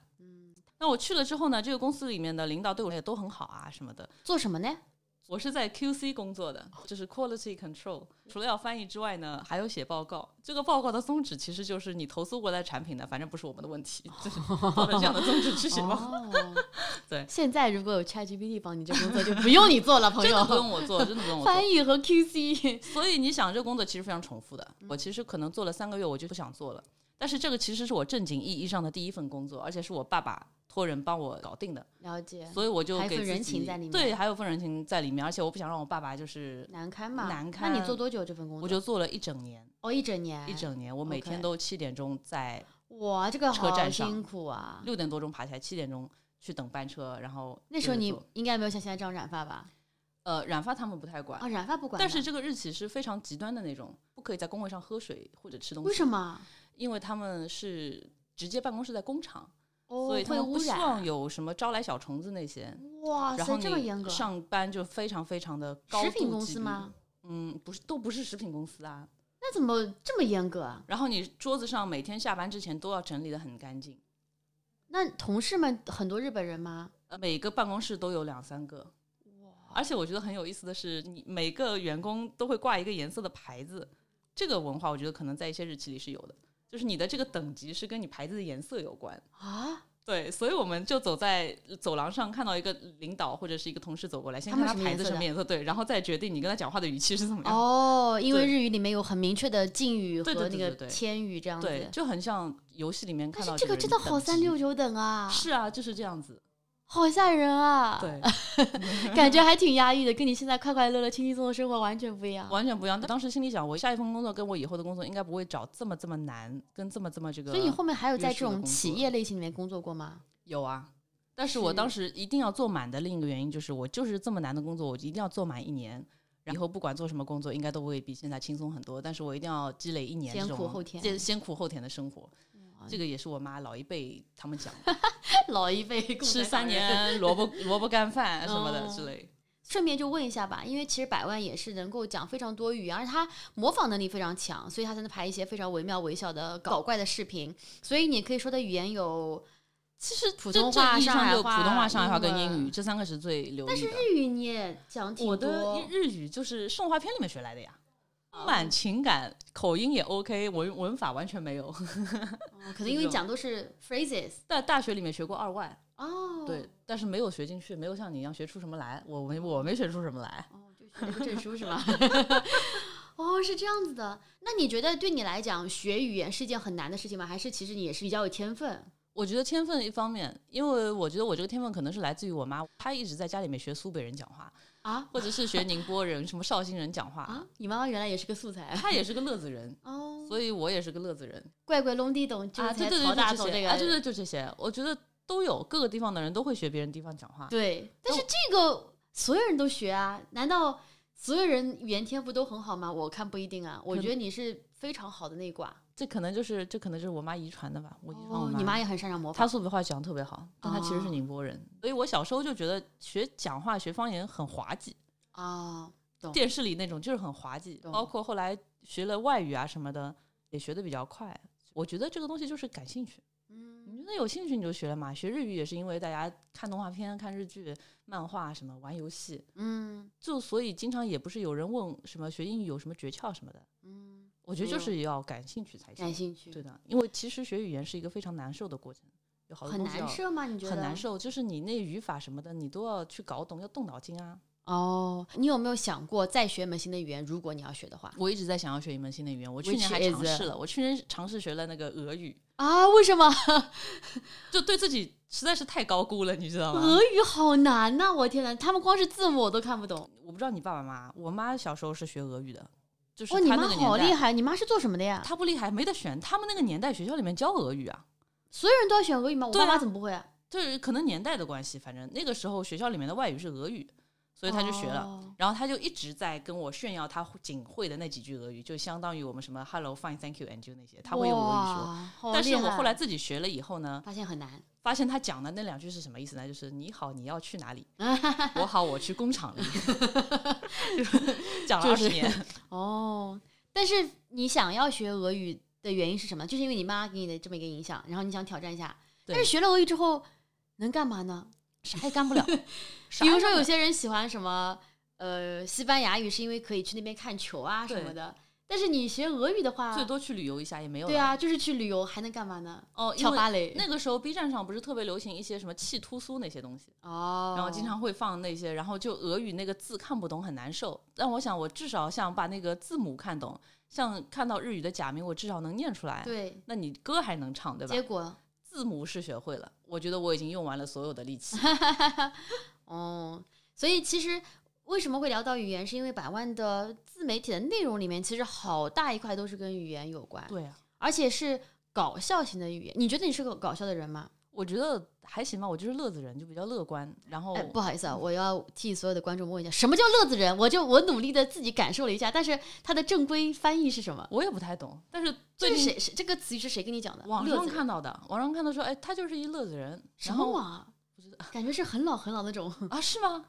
Speaker 3: 那我去了之后呢，这个公司里面的领导对我也都很好啊，什么的。
Speaker 2: 做什么呢？
Speaker 3: 我是在 QC 工作的，就是 quality control。除了要翻译之外呢，还有写报告。这个报告的宗旨其实就是你投诉过来的产品呢，反正不是我们的问题，就是抱着这样的宗旨去写报告。
Speaker 2: 哦
Speaker 3: 对
Speaker 2: 现在如果有 ChatGPT 帮你这工作，就不用你做了，朋
Speaker 3: 真
Speaker 2: 友
Speaker 3: 的。不用我 做，真的不用我做。
Speaker 2: 翻译和 QC，
Speaker 3: 所以你想，这个工作其实非常重复的。
Speaker 2: 嗯
Speaker 3: 我其实可能做了三个月，我就不想做了。但是这个其实是我正经意义上的第一份工作，而且是我爸爸托人帮我搞定的，
Speaker 2: 了解，
Speaker 3: 所以我就
Speaker 2: 还有
Speaker 3: 给
Speaker 2: 份
Speaker 3: 自
Speaker 2: 人情
Speaker 3: 己
Speaker 2: 在里面
Speaker 3: 对，还有份人情在里面，而且我不想让我爸爸就是，
Speaker 2: 难堪嘛？
Speaker 3: 难堪
Speaker 2: 那你做多久这份工作？
Speaker 3: 我就做了一整年，
Speaker 2: 哦，一整年，
Speaker 3: 一整年，我每
Speaker 2: OK
Speaker 3: 天都七点钟在
Speaker 2: 哇，这个
Speaker 3: 车
Speaker 2: 好
Speaker 3: 站上
Speaker 2: 辛苦啊！
Speaker 3: 六点多钟爬起来，七点钟去等班车，然后
Speaker 2: 那时候
Speaker 3: 接
Speaker 2: 你
Speaker 3: 着做
Speaker 2: 应该没有像现在这样染发吧？
Speaker 3: 呃染发他们不太管，
Speaker 2: 啊，染发不管的，
Speaker 3: 但是这个日企是非常极端的那种，不可以在工位上喝水或者吃东西，
Speaker 2: 为什？么？
Speaker 3: 因为他们是直接办公室在工厂，
Speaker 2: 哦，
Speaker 3: 所以他
Speaker 2: 会
Speaker 3: 们
Speaker 2: 污
Speaker 3: 不希望
Speaker 2: 染。
Speaker 3: 有什么招来小虫子那些。
Speaker 2: 哇
Speaker 3: 然后
Speaker 2: 哦塞，这么
Speaker 3: 你
Speaker 2: 严格！
Speaker 3: 上班就非常非常的高
Speaker 2: 食品
Speaker 3: 度
Speaker 2: 公
Speaker 3: 纪
Speaker 2: 司
Speaker 3: 律
Speaker 2: 吗？？
Speaker 3: 嗯，不是，都不是食品公司啊。
Speaker 2: 那怎么这么严格啊？
Speaker 3: 然后你桌子上每天下班之前都要整理的很干净，
Speaker 2: 那同事们很多日本人吗？
Speaker 3: 呃，每个办公室都有两三个。而且我觉得很有意思的是，你每个员工都会挂一个颜色的牌子，这个文化我觉得可能在一些日期里是有的，就是你的这个等级是跟你牌子的颜色有关。
Speaker 2: 啊，
Speaker 3: 对，所以我们就走在走廊上，看到一个领导或者是一个同事走过来，先
Speaker 2: 他们
Speaker 3: 看他
Speaker 2: 什么
Speaker 3: 牌
Speaker 2: 颜
Speaker 3: 子
Speaker 2: 色
Speaker 3: 什
Speaker 2: 的
Speaker 3: 么颜色，对，然后再决定你跟他讲话的语气是怎么样。
Speaker 2: 哦，因为
Speaker 3: 啊对
Speaker 2: 日语里面有很明确的敬语和
Speaker 3: 对对
Speaker 2: 那
Speaker 3: 对
Speaker 2: 个
Speaker 3: 对对
Speaker 2: 天语这样子。
Speaker 3: 对，就很像游戏里面
Speaker 2: 但
Speaker 3: 看
Speaker 2: 是
Speaker 3: 到
Speaker 2: 这
Speaker 3: 个
Speaker 2: 个
Speaker 3: 人
Speaker 2: 真的好
Speaker 3: 等
Speaker 2: 三
Speaker 3: 级
Speaker 2: 六九等啊，
Speaker 3: 是啊，就是这样子。
Speaker 2: 好吓 人啊！
Speaker 3: 对，
Speaker 2: 感觉还挺压抑的，跟你现在快快乐乐、轻轻松松的生活完全不一样。
Speaker 3: 完全不一样。当时心里想，我下一份工作跟我以后的工作应该不会找这么这么难，跟这么这么这个。
Speaker 2: 所以你后面还有在
Speaker 3: 约
Speaker 2: 这
Speaker 3: 束的
Speaker 2: 种
Speaker 3: 工
Speaker 2: 企
Speaker 3: 作
Speaker 2: 业类型里面工作过吗？
Speaker 3: 有啊，但是我当
Speaker 2: 是
Speaker 3: 时一定要做满的另一个原因就是，我就是这么难的工作，我一定要做满一年。然后不管做什么工作，应该都会比现在轻松很多。但是我一定要积累一年
Speaker 2: 先
Speaker 3: 这种
Speaker 2: 苦后甜
Speaker 3: 先先苦后嗯甜的生活。这个也是我妈老一辈他们讲 的，
Speaker 2: 老一辈 共
Speaker 3: 吃
Speaker 2: 产党
Speaker 3: 三
Speaker 2: 人
Speaker 3: 年萝卜萝卜干饭什么的
Speaker 2: 嗯
Speaker 3: 之类。
Speaker 2: 顺便就问一下吧，因为其实百万也是能够讲非常多语言，而且他模仿能力非常强，所以他才能拍一些非常惟妙惟肖的搞怪的视频。所以你可以说的语言有
Speaker 3: 其实
Speaker 2: 普
Speaker 3: 真
Speaker 2: 通
Speaker 3: 正
Speaker 2: 话
Speaker 3: 意义
Speaker 2: 上
Speaker 3: 上
Speaker 2: 海
Speaker 3: 就普通
Speaker 2: 话
Speaker 3: 话、上海话跟
Speaker 2: 英
Speaker 3: 英语
Speaker 2: 文
Speaker 3: 这三个是最流利的。
Speaker 2: 日语，你也讲挺多。啊
Speaker 3: 我的日日语就是动画片里面学来的呀，充满情感，口音也 OK，文文法完全没有。
Speaker 2: 哦可能因为讲都是 phrases
Speaker 3: 在大学里面学过二外，
Speaker 2: 哦，
Speaker 3: 对，但是没有学进去，没有像你一样学出什么来。我没我没学出什么来。
Speaker 2: 哦，就学了个证书是吗？ 哦，是这样子的。那你觉得对你来讲学语言是一件很难的事情吗？还是其实你也是比较有天分？
Speaker 3: 我觉得天分一方面，因为我觉得我这个天分可能是来自于我妈，她一直在家里面学苏北人讲话，
Speaker 2: 啊
Speaker 3: 或者是学宁波人、什么绍兴人讲话。
Speaker 2: 啊！你妈妈原来也是个素材啊
Speaker 3: 她也是个乐子人，
Speaker 2: 哦，
Speaker 3: 所以我也是个乐子人。
Speaker 2: 怪怪隆地懂就
Speaker 3: 啊，
Speaker 2: 是
Speaker 3: 对对
Speaker 2: 曹
Speaker 3: 对，
Speaker 2: 大
Speaker 3: 就
Speaker 2: 总
Speaker 3: 这
Speaker 2: 这
Speaker 3: 些
Speaker 2: 个，
Speaker 3: 啊，对对，就这些。我觉得都有，各个地方的人都会学别人地方讲话。
Speaker 2: 对，
Speaker 3: 但
Speaker 2: 但是这个所有人都学啊？难道所有人语言天赋都很好吗？我看不一定啊，我
Speaker 3: 可
Speaker 2: 觉得你是非常好的那一挂。
Speaker 3: 这可能就是这可能就是我妈遗传的吧，我遗传我
Speaker 2: 哦，你妈也很擅长模
Speaker 3: 她
Speaker 2: 仿。
Speaker 3: 苏北话讲得特别好，但她其实是
Speaker 2: 哦
Speaker 3: 宁波人，所以我小时候就觉得学讲话学方言很滑稽，
Speaker 2: 啊，懂
Speaker 3: 电视里那种就是很滑稽，
Speaker 2: 懂
Speaker 3: 包括后来学了外语啊什么的，也学得比较快。我觉得这个东西就是感兴趣，你
Speaker 2: 嗯，
Speaker 3: 觉得有兴趣你就学了嘛。学日语也是因为大家看动画片、看日剧、漫画什么，玩游戏，
Speaker 2: 嗯
Speaker 3: 就所以经常也不是有人问什么学英语有什么诀窍什么的。
Speaker 2: 嗯，
Speaker 3: 我觉得就
Speaker 2: 没有
Speaker 3: 是要感兴趣才行
Speaker 2: 感。兴趣，
Speaker 3: 对的，因为其实学语言是一个非常难受的过程，有好多
Speaker 2: 很
Speaker 3: 东西
Speaker 2: 难
Speaker 3: 要
Speaker 2: 受吗？你觉得
Speaker 3: 很难受，就是你那语法什么的，你都要去搞懂，要动脑筋啊。
Speaker 2: 哦。你有没有想过再学一门新的语言？如果你要学的话
Speaker 3: 我一直在想要学一门新的语言，我去
Speaker 2: Which
Speaker 3: 年还
Speaker 2: is-
Speaker 3: 尝试了，我去年尝试学了那个俄语，
Speaker 2: 啊，为什么
Speaker 3: 就对自己实在是太高估了，你知道吗
Speaker 2: 俄？语好难呐、我天呐，他们光是字母我都看不懂。
Speaker 3: 我不知道你爸爸妈妈，我妈小时候是学俄语的，就是
Speaker 2: 哦，你
Speaker 3: 她
Speaker 2: 妈
Speaker 3: 那个
Speaker 2: 好
Speaker 3: 年
Speaker 2: 厉
Speaker 3: 代，
Speaker 2: 害！你妈是做什么的呀？
Speaker 3: 她不厉害，没得选。他们那个年代学校里面教俄语啊，
Speaker 2: 所有人都要选俄语吗？我
Speaker 3: 对
Speaker 2: 爸妈
Speaker 3: 啊
Speaker 2: 怎么不会啊？
Speaker 3: 就是可能年代的关系，反正那个时候学校里面的外语是俄语，所以她就学了。
Speaker 2: 哦
Speaker 3: 然后他就一直在跟我炫耀他仅会的那几句俄语，就相当于我们什么 hello fine thank you and you 那些，他会用俄语说。
Speaker 2: 哇好
Speaker 3: 但是
Speaker 2: 厉
Speaker 3: 我
Speaker 2: 害
Speaker 3: 后来自己学了以后呢，
Speaker 2: 发现很难，
Speaker 3: 发现他讲的那两句是什么意思呢？就是你好，你要去哪 里？我好，我去工厂里。讲了
Speaker 2: 就
Speaker 3: 二
Speaker 2: 是
Speaker 3: 十年，
Speaker 2: 哦。但是你想要学俄语的原因是什么？就是因为你妈给你的这么一个影响，然后你想挑战一下。
Speaker 3: 对
Speaker 2: 但是学了俄语之后能干嘛呢？
Speaker 3: 啥也 干不了。啥
Speaker 2: 比
Speaker 3: 也
Speaker 2: 如说
Speaker 3: 干不
Speaker 2: 有
Speaker 3: 了
Speaker 2: 些人喜欢什么呃西班牙语，是因为可以去那边看球啊什
Speaker 3: 对
Speaker 2: 么的。但是你学俄语的话，
Speaker 3: 最多去旅游一下也没有
Speaker 2: 对
Speaker 3: 了。
Speaker 2: 啊，就是去旅游还能干嘛呢？
Speaker 3: 哦，因
Speaker 2: 跳
Speaker 3: 为
Speaker 2: 芭蕾
Speaker 3: 那个时候 B 站上不是特别流行一些什么气突苏那些东西，
Speaker 2: 哦，
Speaker 3: 然后经常会放那些，然后就俄语那个字看不懂很难受。但我想，我至少想把那个字母看懂，像看到日语的假名，我至少能念出来。
Speaker 2: 对，
Speaker 3: 那你歌还能唱，对吧
Speaker 2: 结？果
Speaker 3: 字母是学会了，我觉得我已经用完了所有的力 气。
Speaker 2: 哦，所以其实为什么会聊到语言，是因为百万的自媒体的内容里面，其实好大一块都是跟语言有关，
Speaker 3: 对啊，
Speaker 2: 而且是搞笑型的语言。你觉得你是个搞笑的人吗？
Speaker 3: 我觉得还行吧，我就是乐子人，就比较乐观。然后
Speaker 2: 哎，不好意思啊，我要替所有的观众问一下，什么叫乐子人？我就我努力的自己感受了一下，但是它的正规翻译是什么？
Speaker 3: 我也不太懂，但是
Speaker 2: 这
Speaker 3: 最
Speaker 2: 是
Speaker 3: 近
Speaker 2: 谁？是这个词语是谁跟你讲的？
Speaker 3: 网
Speaker 2: 乐
Speaker 3: 上
Speaker 2: 子人
Speaker 3: 看到的，网上看到说，哎，他就是一乐子人。
Speaker 2: 什
Speaker 3: 然
Speaker 2: 么
Speaker 3: 后
Speaker 2: 网啊？感觉是很老很老那种。
Speaker 3: 啊？是吗？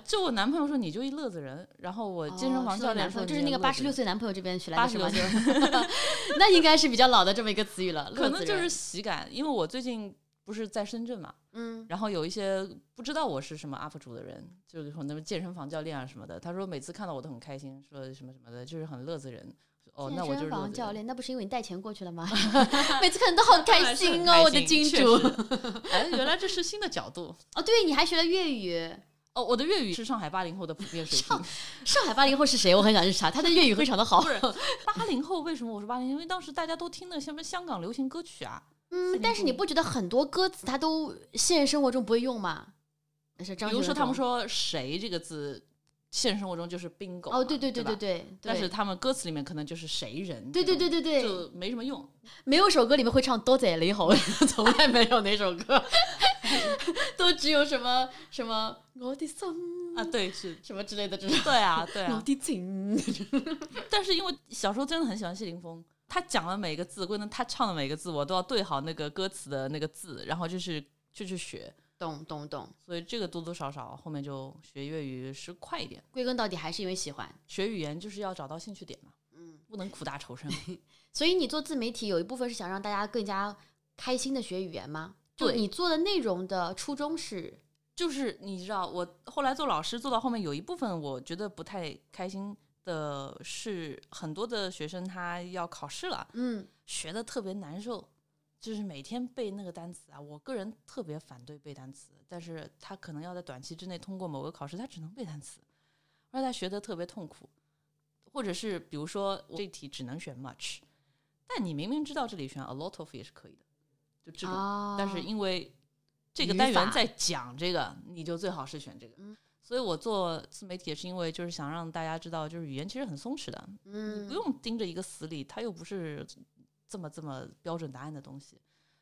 Speaker 3: 就我男朋友说你就一乐子人，然后我健身
Speaker 2: 哦
Speaker 3: 房
Speaker 2: 是
Speaker 3: 教
Speaker 2: 我
Speaker 3: 练
Speaker 2: 男朋
Speaker 3: 说
Speaker 2: 友
Speaker 3: 你
Speaker 2: 就是那个
Speaker 3: 乐
Speaker 2: 八
Speaker 3: 子
Speaker 2: 十六
Speaker 3: 人
Speaker 2: 岁男朋友这边学来的是吗？
Speaker 3: 86
Speaker 2: 就 那应该是比较老的这么一个词语了。乐
Speaker 3: 可能
Speaker 2: 子
Speaker 3: 就是
Speaker 2: 人
Speaker 3: 喜感，因为我最近不是在深圳嘛，
Speaker 2: 嗯，
Speaker 3: 然后有一些不知道我是什么 UP 主的人，就是可能健身房教练啊什么的，他说每次看到我都很开心，说什么什么的，就是很乐子人。哦，那我就是
Speaker 2: 健
Speaker 3: 乐
Speaker 2: 身房
Speaker 3: 子
Speaker 2: 教
Speaker 3: 人，
Speaker 2: 练，那不是因为你带钱过去了吗？每次看都好
Speaker 3: 当
Speaker 2: 开
Speaker 3: 然是很
Speaker 2: 心
Speaker 3: 开
Speaker 2: 哦，我的君
Speaker 3: 确
Speaker 2: 主。
Speaker 3: 实哎，原来这是新的角度。
Speaker 2: 哦，对，你还学了粤语。
Speaker 3: 哦，我的粤语是上海八零后的普遍水平。
Speaker 2: 上海八零后是谁？我很想去查，他的粤语非常的好。
Speaker 3: 八零后为什么我是八零？因为当时大家都听那什么香港流行歌曲啊，
Speaker 2: 嗯，但是你不觉得很多歌词他都 现实生活中不会用吗？是张
Speaker 3: 比
Speaker 2: 学
Speaker 3: 如
Speaker 2: 友
Speaker 3: 说他们
Speaker 2: 这种
Speaker 3: 说“谁”这个字，现实生活中就是 bingo
Speaker 2: 哦，
Speaker 3: 嘛
Speaker 2: 对对
Speaker 3: 对
Speaker 2: 对对
Speaker 3: 吧
Speaker 2: 对，
Speaker 3: 但是
Speaker 2: 对
Speaker 3: 他们歌词里面可能就是“谁人”，
Speaker 2: 对对对对对，
Speaker 3: 就没什么用。
Speaker 2: 没有首歌里面会唱多仔雷猴，从来没有哪首歌。都只有什么什么我的心
Speaker 3: 啊，对，是，
Speaker 2: 什么之类 的这种。
Speaker 3: 对啊，对
Speaker 2: 我
Speaker 3: 啊。
Speaker 2: 的情，
Speaker 3: 但是因为小时候真的很喜欢谢霆锋，他讲的每一个字，关键他唱的每一个字，我都要对好那个歌词的那个字，然后就是就去学。
Speaker 2: 懂懂懂。
Speaker 3: 所以这个多多少少后面就学粤语是快一点，
Speaker 2: 归根到底还是因为喜欢。
Speaker 3: 学语言就是要找到兴趣点嘛，
Speaker 2: 嗯，
Speaker 3: 不能苦大仇深。
Speaker 2: 所以你做自媒体有一部分是想让大家更加开心的学语言吗？就
Speaker 3: 对
Speaker 2: 你做的内容的初衷是，
Speaker 3: 就是你知道，我后来做老师做到后面，有一部分我觉得不太开心的是，很多的学生他要考试了，
Speaker 2: 嗯，
Speaker 3: 学的特别难受，就是每天背那个单词啊。我个人特别反对背单词，但是他可能要在短期之内通过某个考试，他只能背单词，而且他学的特别痛苦，或者是比如说我这题只能选 much，但你明明知道这里选 a lot of 也是可以的，就这种。
Speaker 2: 哦
Speaker 3: 但是因为这个
Speaker 2: 语
Speaker 3: 单元
Speaker 2: 法嗯
Speaker 3: 在讲这个，你就最好是选这个。所以我做自媒体也是因为就是想让大家知道，就是语言其实很松弛的，
Speaker 2: 嗯，
Speaker 3: 不用盯着一个死理，它又不是这么这么标准答案的东西，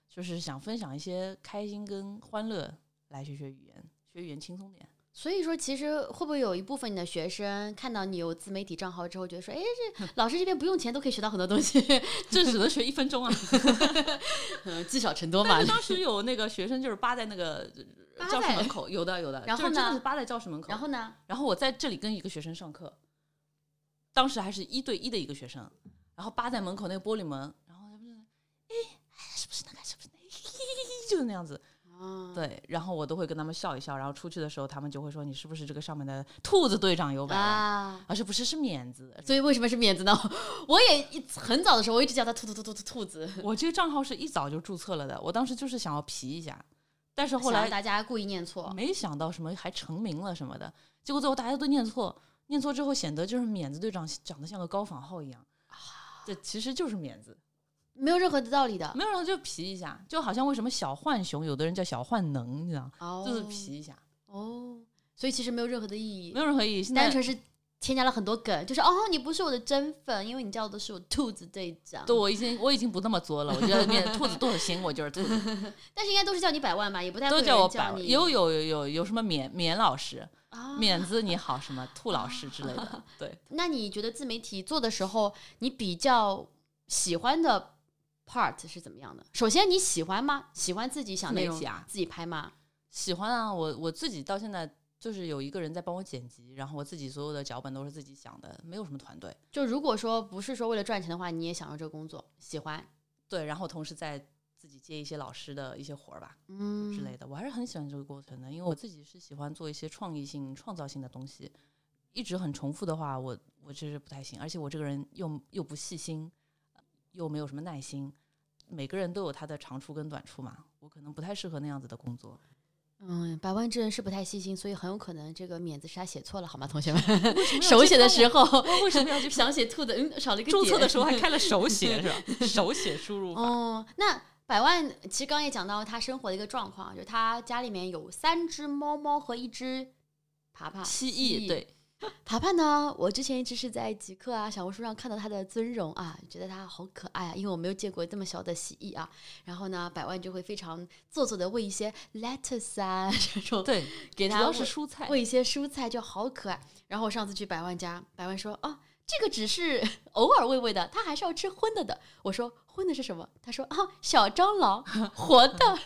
Speaker 3: 就是想分享一些开心跟欢乐来学学语言，学语言轻松 点。
Speaker 2: 所以说，其实会不会有一部分你的学生看到你有自媒体账号之后，觉得说，哎， 这老师这边不用钱都可以学到很多东 西，
Speaker 3: 这只能学一分钟啊！
Speaker 2: 嗯积少成多嘛
Speaker 3: 但是。当时有那个学生就是扒在那个
Speaker 2: 扒
Speaker 3: 教室
Speaker 2: 在
Speaker 3: 门口，有的有的，
Speaker 2: 然后
Speaker 3: 就是真
Speaker 2: 呢
Speaker 3: 的是扒在教室门口。
Speaker 2: 然后呢？
Speaker 3: 然后我在这里跟一个学生上课，当时还是一对一的一个学生，然后扒在门口那个玻璃门，然后他们就哎，是不是那个？是不是那个？就是那样子，
Speaker 2: 啊，
Speaker 3: 对。然后我都会跟他们笑一笑，然后出去的时候，他们就会说：“你是不是这个上面的兔子队长有百万？”
Speaker 2: 啊，
Speaker 3: 而是不是是免子？
Speaker 2: 所以为什么是免子呢？ 我也一很早的时候，我一直叫他兔兔兔兔兔兔子，
Speaker 3: 我这个账号是一早就注册了的，我当时就是想要皮一下，但是后
Speaker 2: 想
Speaker 3: 来
Speaker 2: 让大家故意念错。
Speaker 3: 没想到什么还成名了什么的，结果最后大家都念错，念错之后显得就是免子队长长得像个高仿号一样，
Speaker 2: 啊
Speaker 3: 这其实就是免子，
Speaker 2: 没有任何的道理的。
Speaker 3: 没有人就皮一下，就好像为什么小浣熊有的人叫小浣能，你知道，
Speaker 2: 哦，
Speaker 3: 就是皮一下，
Speaker 2: 哦，所以其实没有任何的意义
Speaker 3: 没，有任何意义。现
Speaker 2: 单
Speaker 3: 在
Speaker 2: 纯是添加了很多梗，就是哦，你不是我的真粉，因为你叫的是我兔子队长。
Speaker 3: 对我已经我已经不那么作了，我觉得面 兔子多恶心，我就是兔子，
Speaker 2: 但是应该都是叫你百万吧，也不太会
Speaker 3: 都
Speaker 2: 有
Speaker 3: 叫我
Speaker 2: 人
Speaker 3: 百
Speaker 2: 叫
Speaker 3: 万，
Speaker 2: 你
Speaker 3: 有有有有有什么免免老 师、
Speaker 2: 啊
Speaker 3: 免子你好什么兔老师之类 的，对。
Speaker 2: 那你觉得自媒体做的时候，你比较喜欢的 part 是怎么样的？首先，你喜欢吗？喜欢自己想
Speaker 3: 自媒
Speaker 2: 内容
Speaker 3: 体啊
Speaker 2: 自己拍吗？
Speaker 3: 喜欢啊，我我自己到现在就是有一个人在帮我剪辑，然后我自己所有的脚本都是自己想的，没有什么团队。
Speaker 2: 就如果说不是说为了赚钱的话，你也享受这个工作，喜欢，
Speaker 3: 对，然后同时在自己接一些老师的一些活儿吧
Speaker 2: 嗯
Speaker 3: 之类的，我还是很喜欢这个过程的，因为我自己是喜欢做一些创意性、创造性的东西。一直很重复的话，我我真是不太行，而且我这个人又又不细心，又没有什么耐心。每个人都有他的长处跟短处嘛，我可能不太适合那样子的工 作。
Speaker 2: 嗯，百万之人是不太细心，所以很有可能这个免字是他写错了，好吗，同 学们？
Speaker 3: 没有
Speaker 2: 手
Speaker 3: 这
Speaker 2: 写的
Speaker 3: 帮
Speaker 2: 时
Speaker 3: 我
Speaker 2: 候
Speaker 3: 为什么要去
Speaker 2: 想写兔的，嗯，少了一个
Speaker 3: 注册
Speaker 2: 点
Speaker 3: 的时候还开了手 写是吧？手写输入法。
Speaker 2: 哦，那百万其实刚刚也讲到他生活的一个状况，就是他家里面有三只猫猫和一只爬爬。
Speaker 3: 七
Speaker 2: 蜥
Speaker 3: 亿
Speaker 2: 蜴
Speaker 3: 对，
Speaker 2: 爬爬呢，我之前一直是在极客啊、小红书上看到它的尊容啊，觉得它好可爱啊，因为我没有见过这么小的蜥蜴啊。然后呢，百万就会非常做作的喂一些 lettuce 啊这种，
Speaker 3: 对，
Speaker 2: 给
Speaker 3: 主
Speaker 2: 它
Speaker 3: 要
Speaker 2: 喂
Speaker 3: 是蔬菜。
Speaker 2: 喂一些蔬菜就好可爱。然后我上次去百万家，百万说啊，这个只是 偶尔喂喂的，它还是要吃荤的的。我说荤的是什么？他说啊，小蟑螂活的。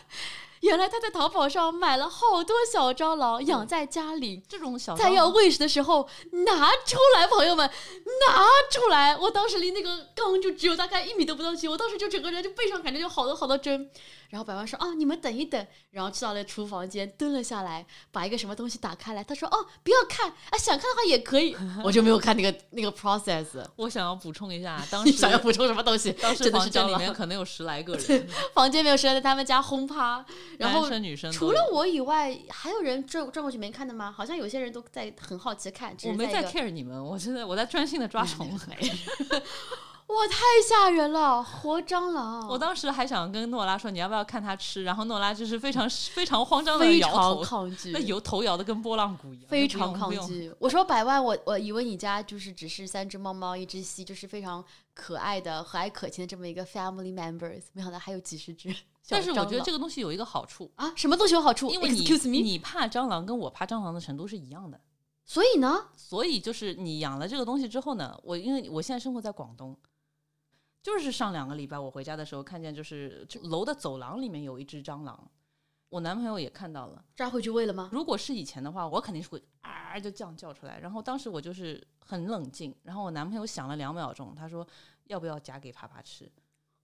Speaker 2: 原来他在淘宝上买了好多小蟑螂，养在家里。
Speaker 3: 这种小
Speaker 2: 在
Speaker 3: 蟑
Speaker 2: 要
Speaker 3: 螂
Speaker 2: 喂食的时候拿出来，朋友们，拿出来！我当时离那个缸就只有大概一米都不到距，我当时就整个人就背上感觉有好多好多针。然后百万说：“啊，你们等一等。”然后去到了厨房间，蹲了下来，把一个什么东西打开来。他说：“哦，不要看啊，想看的话也可以。”我就没有看那个那个 process。
Speaker 3: 我想要补充一 下， 当
Speaker 2: 你
Speaker 3: 时
Speaker 2: 想要补充什么东西？
Speaker 3: 当时
Speaker 2: 真的
Speaker 3: 房
Speaker 2: 是蟑
Speaker 3: 间里
Speaker 2: 螂。
Speaker 3: 面可能有十来个人，
Speaker 2: 房间没有谁在他们家轰趴，然后
Speaker 3: 男生女生都
Speaker 2: 除了
Speaker 3: 有
Speaker 2: 我以外，还有人转转过去没看的吗？好像有些人都在很好奇看，只
Speaker 3: 我
Speaker 2: 是
Speaker 3: 没
Speaker 2: 在
Speaker 3: 在
Speaker 2: 一个嗯
Speaker 3: care 你们，我真的我在专心的抓虫子。
Speaker 2: 哇，太吓人了，活蟑螂！
Speaker 3: 我当时还想跟诺拉说，你要不要看它吃？然后诺拉就是非常非常慌张的
Speaker 2: 嗯非
Speaker 3: 摇
Speaker 2: 常
Speaker 3: 头，
Speaker 2: 抗
Speaker 3: 那
Speaker 2: 拒，
Speaker 3: 摇头摇的跟拨浪鼓一样，
Speaker 2: 非
Speaker 3: 就不
Speaker 2: 常
Speaker 3: 用
Speaker 2: 抗。
Speaker 3: 不用
Speaker 2: 拒。我说百万，我我以为你家就是只是三只 猫猫，一只蜥，就是非常可爱的、和蔼可亲的这么一个 family members，没想到还有几十只。
Speaker 3: 但是我觉得
Speaker 1: 个
Speaker 3: 这个东西有一个好处，
Speaker 1: 啊，什么东西有好
Speaker 2: 哦
Speaker 1: 处？
Speaker 3: 因为你
Speaker 1: Excuse me，
Speaker 3: 你怕蟑螂跟我怕蟑螂的程度是一样的，
Speaker 1: 所以呢，
Speaker 3: 所以就是你养了这个东西之后呢，我因为我现在生活在广东，就是上两个礼拜我回家的时候看见就是就楼的走廊里面有一只蟑螂，我男朋友也看到了。
Speaker 1: 抓回去喂了吗？
Speaker 3: 如果是以前的话，我肯定是会啊就这样叫出来。然后当时我就是很冷静，然后我男朋友想了两秒钟，他说要不要夹给爬爬吃？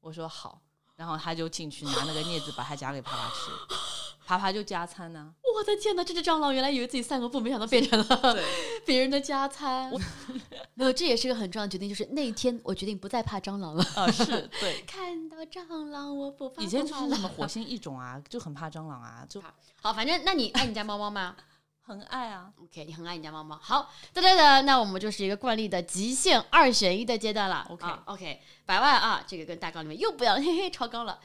Speaker 3: 我说好，然后他就进去拿那个镊子把它夹给爬爬吃，爬爬就加餐呢、
Speaker 1: 我的天哪，这只蟑螂原来以为自己散个步，没想到变成了别人的加餐。 没有，这也是个很重要的决定，就是那一天我决定不再怕蟑螂了。。
Speaker 3: 啊，是对
Speaker 1: 看到蟑螂我不怕。
Speaker 3: 以前就
Speaker 1: 不怕
Speaker 3: 是
Speaker 1: 了
Speaker 3: 什么火星异种啊，就很怕蟑螂啊，就
Speaker 1: 好，反正那你爱你家猫猫吗
Speaker 3: 很爱啊。
Speaker 1: ？OK，你很爱你家猫猫。好，哒哒哒，那我们就是一个惯例的极限二选一的阶段了。
Speaker 3: OK
Speaker 1: 啊 OK，百万啊，这个跟大纲里面又不一样，嘿嘿，超高了。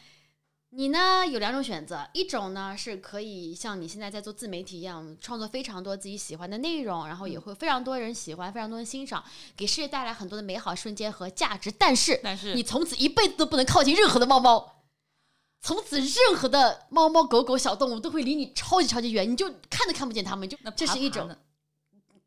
Speaker 1: 你呢有两种选择，一种呢是可以像你现在在做自媒体一样，创作非常多自己喜欢的内容，然后也会非常多人喜欢，非常多人欣赏，给世界带来很多的美好瞬间和价值。但是
Speaker 3: 但是
Speaker 1: 你从此一辈子都不能靠近任何的猫猫，从此任何的猫猫狗狗小动物都会离你超级超级远，你就看都看不见它们，就
Speaker 3: 那
Speaker 1: 这
Speaker 3: 爬
Speaker 1: 是一
Speaker 3: 爬
Speaker 1: 种
Speaker 3: 呢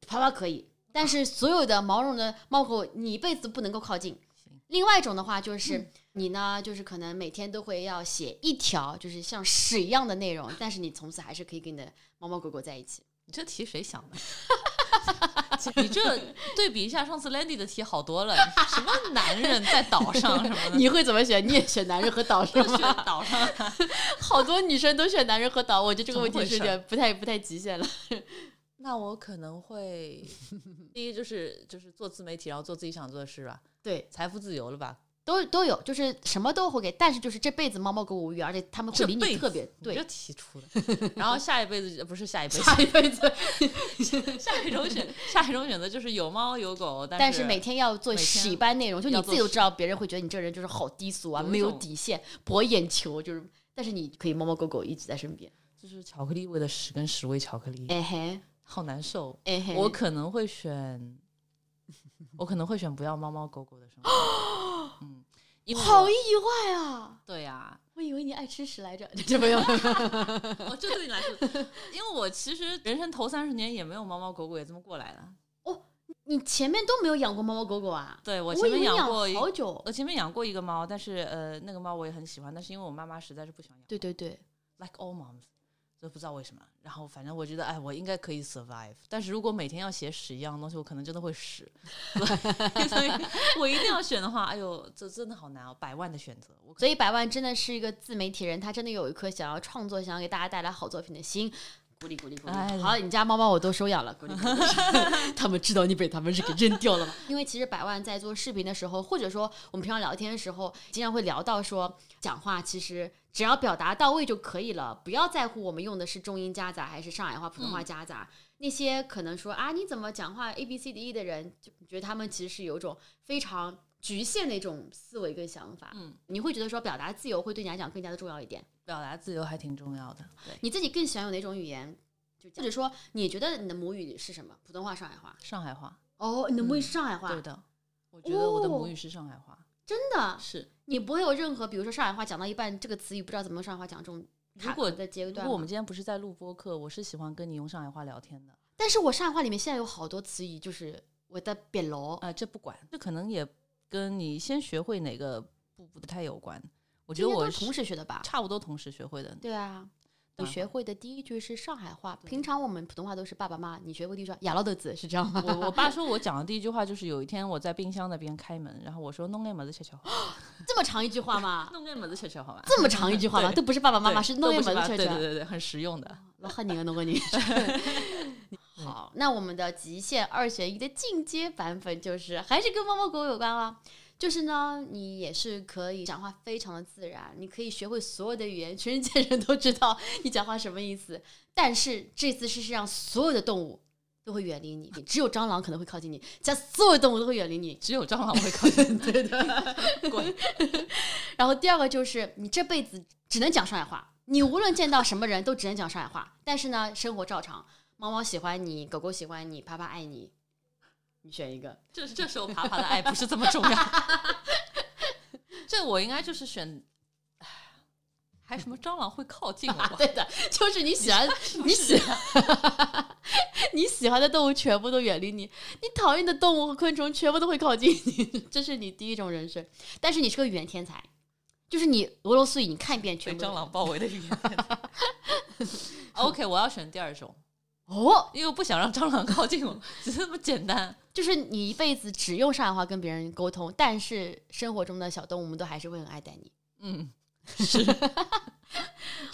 Speaker 1: 爬爬可以，但是所有的毛绒的猫狗你一辈子不能够靠近
Speaker 3: 行。
Speaker 1: 另外一种的话就是、你呢，就是可能每天都会要写一条就是像屎一样的内 容，但是你从此还是可以跟你的猫猫狗狗在一 起。
Speaker 3: 你这题谁想 的？你这对比一下上次 Landy 的题好多了，什么男人在岛上什 么的，
Speaker 1: 你会怎么选？你也选男人和岛是
Speaker 3: 就
Speaker 1: 吗？
Speaker 3: 选岛上
Speaker 1: 好多女生都选男人和岛，我觉得这
Speaker 3: 怎
Speaker 1: 个
Speaker 3: 么
Speaker 1: 问题
Speaker 3: 回
Speaker 1: 是有
Speaker 3: 事
Speaker 1: 点不太不太极限了。
Speaker 3: 那我可能会，第一就是就是做自媒体，然后做自己想做的事吧，
Speaker 1: 对，
Speaker 3: 财富自由了吧？
Speaker 1: 都都有，就是什么都会给，但是就是这辈子猫猫狗狗无缘，而且他们会
Speaker 3: 这
Speaker 1: 离
Speaker 3: 辈
Speaker 1: 你
Speaker 3: 子
Speaker 1: 特别
Speaker 3: 你这
Speaker 1: 对。
Speaker 3: 提出的，然后下一辈子不是下一辈子，
Speaker 1: 下一辈子，
Speaker 3: 下一种选 下一种选择就是有猫有狗，但
Speaker 1: 但
Speaker 3: 是
Speaker 1: 是每天要做
Speaker 3: 每天
Speaker 1: 洗班内容，就你
Speaker 3: 要
Speaker 1: 自
Speaker 3: 做
Speaker 1: 己都
Speaker 3: 洗
Speaker 1: 知道，别人会觉得你这人就是好低俗啊，
Speaker 3: 有一
Speaker 1: 没有
Speaker 3: 种
Speaker 1: 底线，博眼球，就是。但是你可以猫猫狗狗一直在身边，
Speaker 3: 就是巧克力味的屎跟屎味巧克力，
Speaker 1: 哎嘿，
Speaker 3: 好难受。
Speaker 1: 哎嘿，
Speaker 3: 我可能会选，我可能会选不要猫猫狗狗的 生活，嗯，因为
Speaker 1: 好
Speaker 3: 我
Speaker 1: 意外啊！
Speaker 3: 对呀、
Speaker 1: 我以为你爱吃屎来着， 这没有，
Speaker 3: 哦，这对你来说，因为我其实人生头三十年也没有猫猫狗狗，也这么过来的。
Speaker 1: 你前面都没有养过猫猫狗狗啊？
Speaker 3: 对我
Speaker 1: 我
Speaker 3: 前
Speaker 1: 以为
Speaker 3: 面
Speaker 1: 你
Speaker 3: 养过一
Speaker 1: 好久
Speaker 3: 我，前面养过一个猫，但是呃，那个猫我也很喜欢，但是因为我妈妈实在是不想养
Speaker 1: 对对对，
Speaker 3: ，like all moms，就不知道为什么。然后反正我觉得，哎，我应该可以 survive。但是如果每天要写屎一样的东西，我可能真的会屎。 所以， 所以我一定要选的话，哎呦，这真的好难哦，百万的选择。我可
Speaker 1: 所以百万真的是一个自媒体人，他真的有一颗想要创作、想要给大家带来好作品的心。鼓励鼓励鼓励！
Speaker 3: 哎
Speaker 1: 好，你家猫猫我都收养了，鼓励鼓励。 他们知道你被他们是给扔掉了吗？ 因为其实百万在做视频的时候，或者说我们平常聊天的时候，经常会聊到说，讲话其实只要表达到位就可以了，不要在乎我们用的是中英夹杂还是上海话、普通话夹杂。那些可能说啊你怎么讲话 A B C D E 的人，就觉得他们其实是有一种非常局限的一种思维跟想法。
Speaker 3: 嗯，
Speaker 1: 你会觉得说表达自由会对你来讲更加的重要一点。
Speaker 3: 表达自由还挺重要的。对，
Speaker 1: 你自己更喜欢用哪种语言？就或者说，你觉得你的母语是什么？普通话、上海话？
Speaker 3: 上海话，
Speaker 1: 哦，你的母语
Speaker 3: 嗯
Speaker 1: 是上海话，
Speaker 3: 对的，我觉得我的母
Speaker 1: 哦
Speaker 3: 语是上海话，
Speaker 1: 真的，
Speaker 3: 是。
Speaker 1: 你不会有任何，比如说上海话讲到一半，这个词语不知道怎么用上海话讲这种
Speaker 3: 如
Speaker 1: 卡
Speaker 3: 果
Speaker 1: 壳的阶
Speaker 3: 如
Speaker 1: 段
Speaker 3: 果我
Speaker 1: 吗。
Speaker 3: 们今天不是在录播课，我是喜欢跟你用上海话聊天的。
Speaker 1: 但是我上海话里面现在有好多词语，就是我的变楼，
Speaker 3: 啊，这不管，这可能也跟你先学会哪个不不太有关。我觉
Speaker 1: 这
Speaker 3: 得
Speaker 1: 应该
Speaker 3: 我
Speaker 1: 都是同时学的吧？
Speaker 3: 差不多同时学会的，嗯
Speaker 1: 对啊，
Speaker 3: 对
Speaker 1: 你学会的第一句是上海话，
Speaker 3: 对
Speaker 1: 平常我们普通话都是爸爸妈妈，你学过第一句亚老豆子是这样吗？
Speaker 3: 我我爸说我讲的第一句话就是有一天我在冰箱那边开门，然后我说弄眼么子吃吃好，
Speaker 1: 这么长一句话吗？
Speaker 3: 弄眼么子吃吃好吗？
Speaker 1: 这么长一句 话吗？
Speaker 3: 对
Speaker 1: 都不是爸爸妈妈，
Speaker 3: 对
Speaker 1: 是
Speaker 3: 都
Speaker 1: 弄
Speaker 3: 不
Speaker 1: 一门
Speaker 3: 吧
Speaker 1: 确
Speaker 3: 对
Speaker 1: 确
Speaker 3: 对。对对，很实用的。
Speaker 1: 我恨你啊，弄个 你。好，那我们的极限二选一的进阶版本就是还是跟猫猫狗狗有关啊，就是呢，你也是可以讲话非常的自然，你可以学会所有的语言，全世界人都知道你讲话什么意思。但是这次是世界上所有的动物都会远离你，只有蟑螂可能会靠近你，其他所有的动物都会远离你。
Speaker 3: 只有蟑螂会靠近， 对的，滚。
Speaker 1: 然后第二个就是你这辈子只能讲上海话，你无论见到什么人都只能讲上海话。但是呢，生活照常，猫猫喜欢你，狗狗喜欢你，爬爬爱你， 你选一个。
Speaker 3: 这这时候爬爬的 爱不是这么重要，这我应该就是选，唉还什么蟑螂会靠近
Speaker 2: 啊，
Speaker 3: 我？
Speaker 2: 对的，就是你喜欢你喜 你喜欢的动物全部都远离你，你讨厌的动物和昆虫全部都会靠近你，这是你第一种人生。但是你是个语言天才，就是你俄罗斯语你看一遍
Speaker 3: 被
Speaker 2: 全部都
Speaker 3: 蟑螂包围的语 言。OK，我要选第二种，
Speaker 2: 哦，
Speaker 3: 因为我不想让蟑螂靠近我， 只是这么简单。
Speaker 2: 就是你一辈子只用上海话跟别人沟通，但是生活中的小动物们都还是会很爱戴你。
Speaker 3: 嗯，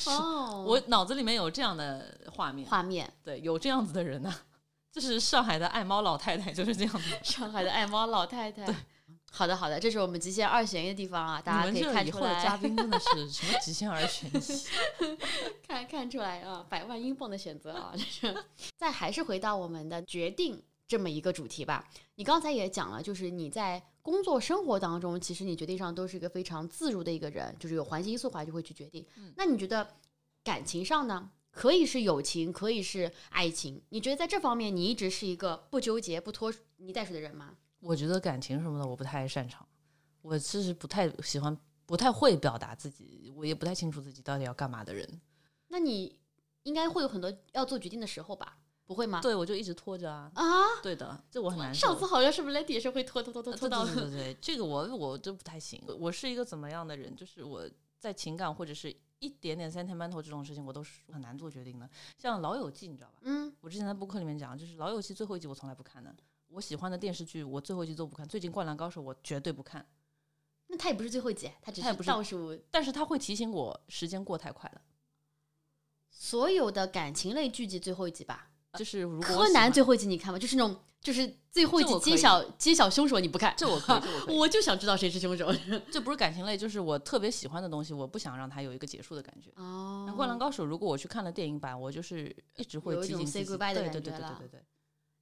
Speaker 2: 哦
Speaker 3: 我脑子里面有这样的嗯画面，
Speaker 2: 画面，
Speaker 3: 对，有这样子的人呐、 就是上海的爱猫老太太就是这样 子。
Speaker 2: 上海的爱猫老太太。好的，好的，这是我们极限二选一的地方啊，大家可
Speaker 3: 你们这
Speaker 2: 看
Speaker 3: 以
Speaker 2: 出
Speaker 3: 后的
Speaker 2: 来。
Speaker 3: 嘉宾真的 是什么极限而选一
Speaker 2: 看看出来啊，百万英镑的选择啊， 这是。再还是回到我们的决定这么一个主题吧。你刚才也讲了，就是你在工作生活当中，其实你决定上都是一个非常自如的一个人，就是有环境因素的话就会去决定。
Speaker 3: 嗯
Speaker 2: 那你觉得感情上呢？可以是友情，可以是爱情。你觉得在这方面，你一直是一个不纠结、不拖泥带水的人吗？
Speaker 3: 我觉得感情什么的我不太擅长，我其实不太喜欢，不太会表达自己，我也不太清楚自己到底要干嘛的人。
Speaker 2: 那你应该会有很多要做决定的时候吧？不会吗？
Speaker 3: 对，我就一直拖着啊。
Speaker 2: 啊，
Speaker 3: 对的，这我很难受。
Speaker 2: 上次好像是不是 Lady 也是会拖拖拖拖
Speaker 3: 呃
Speaker 2: 拖
Speaker 3: 对
Speaker 2: 到
Speaker 3: 对对对，这个我我就不太行。我我是一个怎么样的人？就是我在情感或者是一点点 sentimental 这种事情，我都是很难做决定的。像《老友记》，你知道吧？
Speaker 2: 嗯
Speaker 3: 我之前在播客里面讲，就是《老友记》最后一集我从来不看的。我喜欢的电视剧我最后一集都不看，最近《灌篮高手》我绝对不看。
Speaker 2: 那他也不是最后一集，他只
Speaker 3: 他也不是
Speaker 2: 倒数。
Speaker 3: 但是他会提醒我时间过太快了。
Speaker 2: 所有的感情类剧集最后一集吧，
Speaker 3: 就是如果我
Speaker 2: 柯
Speaker 3: 喜
Speaker 2: 南
Speaker 3: 欢
Speaker 2: 最后一集你看吗？就是那种，就是最后一
Speaker 3: 这
Speaker 2: 集
Speaker 3: 我可以
Speaker 2: 揭晓揭晓凶手你不看，
Speaker 3: 这我可以，这 我可以，
Speaker 2: 我就想知道谁是凶手。
Speaker 3: 这不是感情类，就是我特别喜欢的东西，我不想让它有一个结束的感觉。
Speaker 2: 哦
Speaker 3: 那《灌篮高手》如果我去看了电影版，我就是一直会
Speaker 2: 有一
Speaker 3: 提
Speaker 2: 种
Speaker 3: 醒自
Speaker 2: say
Speaker 3: 己，
Speaker 2: goodbye 的
Speaker 3: 对
Speaker 2: 感
Speaker 3: 对对
Speaker 2: 觉
Speaker 3: 对对
Speaker 2: 了
Speaker 3: 对对，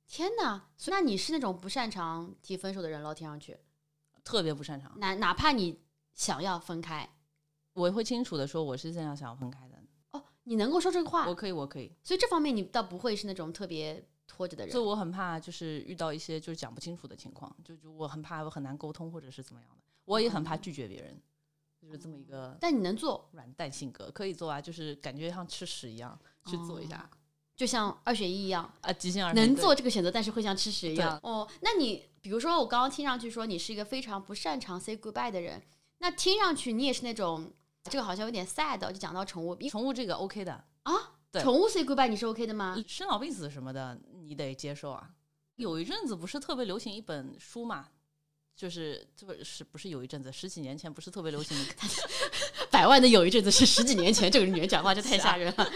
Speaker 2: 天哪！那你是那种不擅长提分手的人喽？听上去，
Speaker 3: 特别不擅长。
Speaker 2: 哪哪怕你想要分开，
Speaker 3: 我会清楚的说，我是这样想分开的。
Speaker 2: 哦，你能够说这个话
Speaker 3: 我，可以，我可以。
Speaker 2: 所以这方面你倒不会是那种特别拖着的
Speaker 3: 所以
Speaker 2: 人。
Speaker 3: 我很怕就是遇到一些就是讲不清楚的情况，就就我很怕我很难沟通或者是怎么样的。我也很怕拒绝别人，就是这么一个
Speaker 2: 但你能做，
Speaker 3: 软蛋性格，可以做啊，就是感觉像吃屎一样去做一下
Speaker 2: 就像二选一一样，
Speaker 3: 啊，极限而
Speaker 2: 哦能
Speaker 3: 对
Speaker 2: 做这个选择，但是会像吃屎一
Speaker 3: 对
Speaker 2: 样。哦，那你比如说，我刚刚听上去说你是一个非常不擅长 say goodbye 的人，那听上去你也是那种这个好像有点 sad，哦就讲到宠物，因
Speaker 3: 宠物这个 OK 的，对
Speaker 2: 宠物 say goodbye 你是 OK 的吗？
Speaker 3: 生老病死什么的，你得接受啊。有一阵子不是特别流行一本书嘛，就是这不是不是有一阵子，十几年前不是特别流行的
Speaker 2: 百万的有一阵子是十几年前，这个女人讲话就太 吓人了，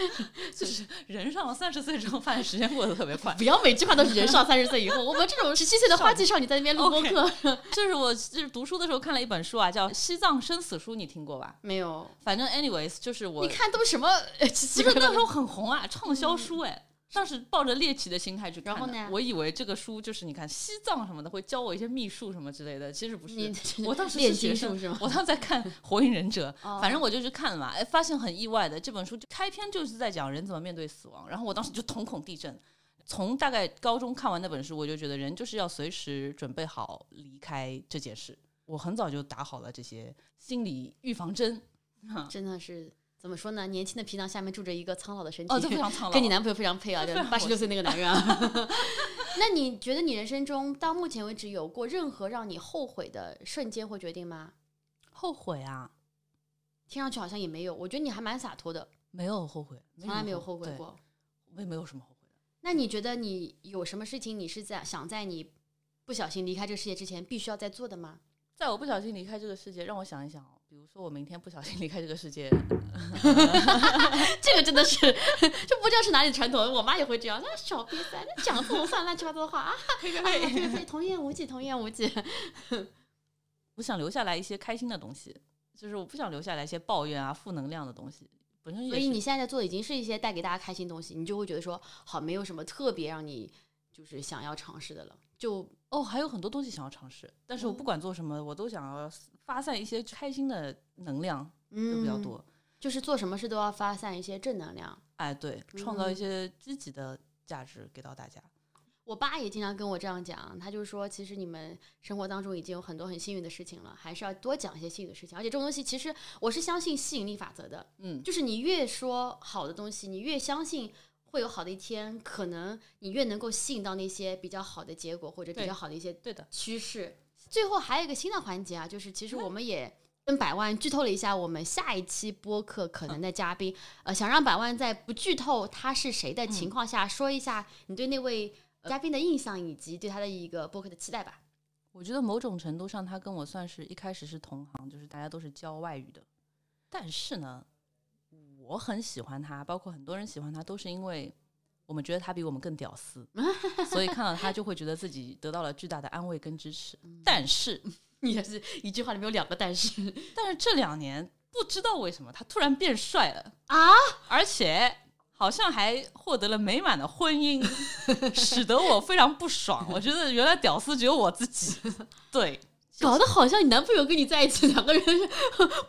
Speaker 3: 人上了三十岁之后，发现时间过得特别快。
Speaker 2: 不要每句话都是人上三十岁以后，我们这种十七岁的花季少女在那边录播课
Speaker 3: 就是我就是读书的时候看了一本书啊，叫《西藏生死书》，你听过吧？
Speaker 2: 没有？
Speaker 3: 反正 anyways，就是我
Speaker 2: 你看都什么？呃
Speaker 3: 其
Speaker 2: 奇奇
Speaker 3: 实
Speaker 2: 怪怪
Speaker 3: 那
Speaker 2: 的
Speaker 3: 时候很红啊，畅销书哎。当时抱着猎奇的心态去看
Speaker 2: 嗯然后
Speaker 3: 的
Speaker 2: 呢
Speaker 3: 我以为这个书就是你看西藏什么的会教我一些秘术什么之类的，其实不是。
Speaker 2: 你
Speaker 3: 我当时
Speaker 2: 炼
Speaker 3: 是学
Speaker 2: 金
Speaker 3: 生
Speaker 2: 术是吗？
Speaker 3: 我当时在看《火影忍者》
Speaker 2: 哦，
Speaker 3: 反正我就去看了嘛，哎，发现很意外的，这本书就开篇就是在讲人怎么面对死亡，然后我当时就瞳孔地震。从大概高中看完那本书，我就觉得人就是要随时准备好离开这件事。我很早就打好了这些心理预防针，
Speaker 2: 真的是怎么说呢？年轻的皮囊下面住着一个苍老的身体。
Speaker 3: 哦，这非常苍老。
Speaker 2: 跟你男朋友非常配啊，
Speaker 3: 非
Speaker 2: 就
Speaker 3: 常
Speaker 2: 八十六岁那个男人啊。 那你觉得你人生中到目前为止有过任何让你后悔的瞬间或决定吗？
Speaker 3: 后悔啊？
Speaker 2: 听上去好像也没有，我觉得你还蛮洒脱的，
Speaker 3: 没有后悔，
Speaker 2: 从来没有
Speaker 3: 有
Speaker 2: 后悔，
Speaker 3: 嗯对
Speaker 2: 过。
Speaker 3: 我也没有什么后悔的。
Speaker 2: 那你觉得你有什么事情你是在想在你不小心离开这个世界之前必须要再做的吗？
Speaker 3: 在我不小心离开这个世界，让我想一想哦，比如说我明天不小心离开这个世界，
Speaker 2: 这个真的是， 这不知道是哪里的传统，我妈也会这样。那小瘪三，那讲这种散乱七八糟的话啊，哎呀对对，童言无忌，童言无忌。
Speaker 3: 我想留下来一些开心的东西，就是我不想留下来一些抱怨啊、负能量的东西。本身也
Speaker 2: 所以
Speaker 3: 是
Speaker 2: 你现在在做的已经是一些带给大家开心东西，你就会觉得说，好，没有什么特别让你就是想要尝试的了。就
Speaker 3: 哦，还有很多东西想要尝试，但是我
Speaker 2: 哦
Speaker 3: 不管做什么，我都想要发散一些开心的能量，就
Speaker 2: 嗯，
Speaker 3: 比较多。
Speaker 2: 就是做什么事都要发散一些正能量。嗯
Speaker 3: 哎，对，创造一些积极的价值给到大家。
Speaker 2: 我爸也经常跟我这样讲，他就说，其实你们生活当中已经有很多很幸运的事情了，还是要多讲一些幸运的事情。而且这种东西，其实我是相信吸引力法则的，
Speaker 3: 嗯，
Speaker 2: 就是你越说好的东西，你越相信会有好的一天，可能你越能够吸引到那些比较好的结果或者比
Speaker 1: 对
Speaker 2: 较好的一些
Speaker 1: 对的，
Speaker 2: 趋势。最后还有一个新的环节啊，就是其实我们也跟百万剧透了一下我们下一期播客可能的嘉宾，呃，想让百万在不剧透他是谁的情况下，说一下你对那位呃嘉宾的印象以及对他的一个播客的期待吧。
Speaker 3: 我觉得某种程度上，他跟我算是一开始是同行，就是大家都是教外语的。但是呢，我很喜欢他，包括很多人喜欢他，都是因为我们觉得他比我们更屌丝，所以看到他就会觉得自己得到了巨大的安慰跟支持。但是，
Speaker 2: 你也是一句话里面有两个但是
Speaker 3: 但是这两年不知道为什么他突然变帅了，
Speaker 2: 啊，
Speaker 3: 而且好像还获得了美满的婚姻，使得我非常不爽。我觉得原来屌丝只有我自己。对，
Speaker 2: 搞得好像你男朋友跟你在一起， 两个人是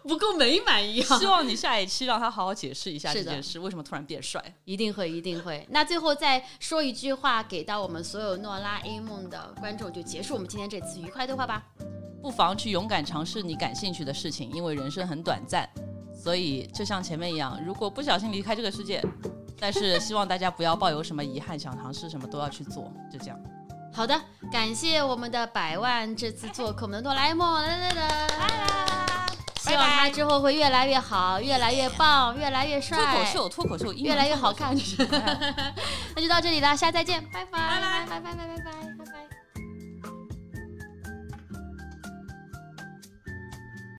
Speaker 2: 不够美满一样
Speaker 3: 希。望你下一期让他好好解释一下
Speaker 2: 是
Speaker 3: 这
Speaker 2: 的
Speaker 3: 件事，为什么突然变帅。
Speaker 2: 一定会，一定会。那最后再说一句话，给到我们所有诺拉 A 梦的观众，就结束我们今天这次愉快对话吧。
Speaker 3: 不妨去勇敢尝试你感兴趣的事情，因为人生很短暂，所以就像前面一样，如果不小心离开这个世界，但是希望大家不要抱有什么遗憾，想尝试什么都要去做，就这样。
Speaker 2: 好的，感谢我们的百万这次做客我们的诺拉 A 梦，啦啦啦，希望他之后会越来越好，越来越棒，越来越
Speaker 3: 脱口
Speaker 2: 帅，
Speaker 3: 秀，脱口秀，英文
Speaker 2: 越来越
Speaker 3: 脱口
Speaker 2: 好
Speaker 3: 秀
Speaker 2: 看。那就到这里啦，下次再见，拜拜，拜拜，拜拜，拜拜，拜拜。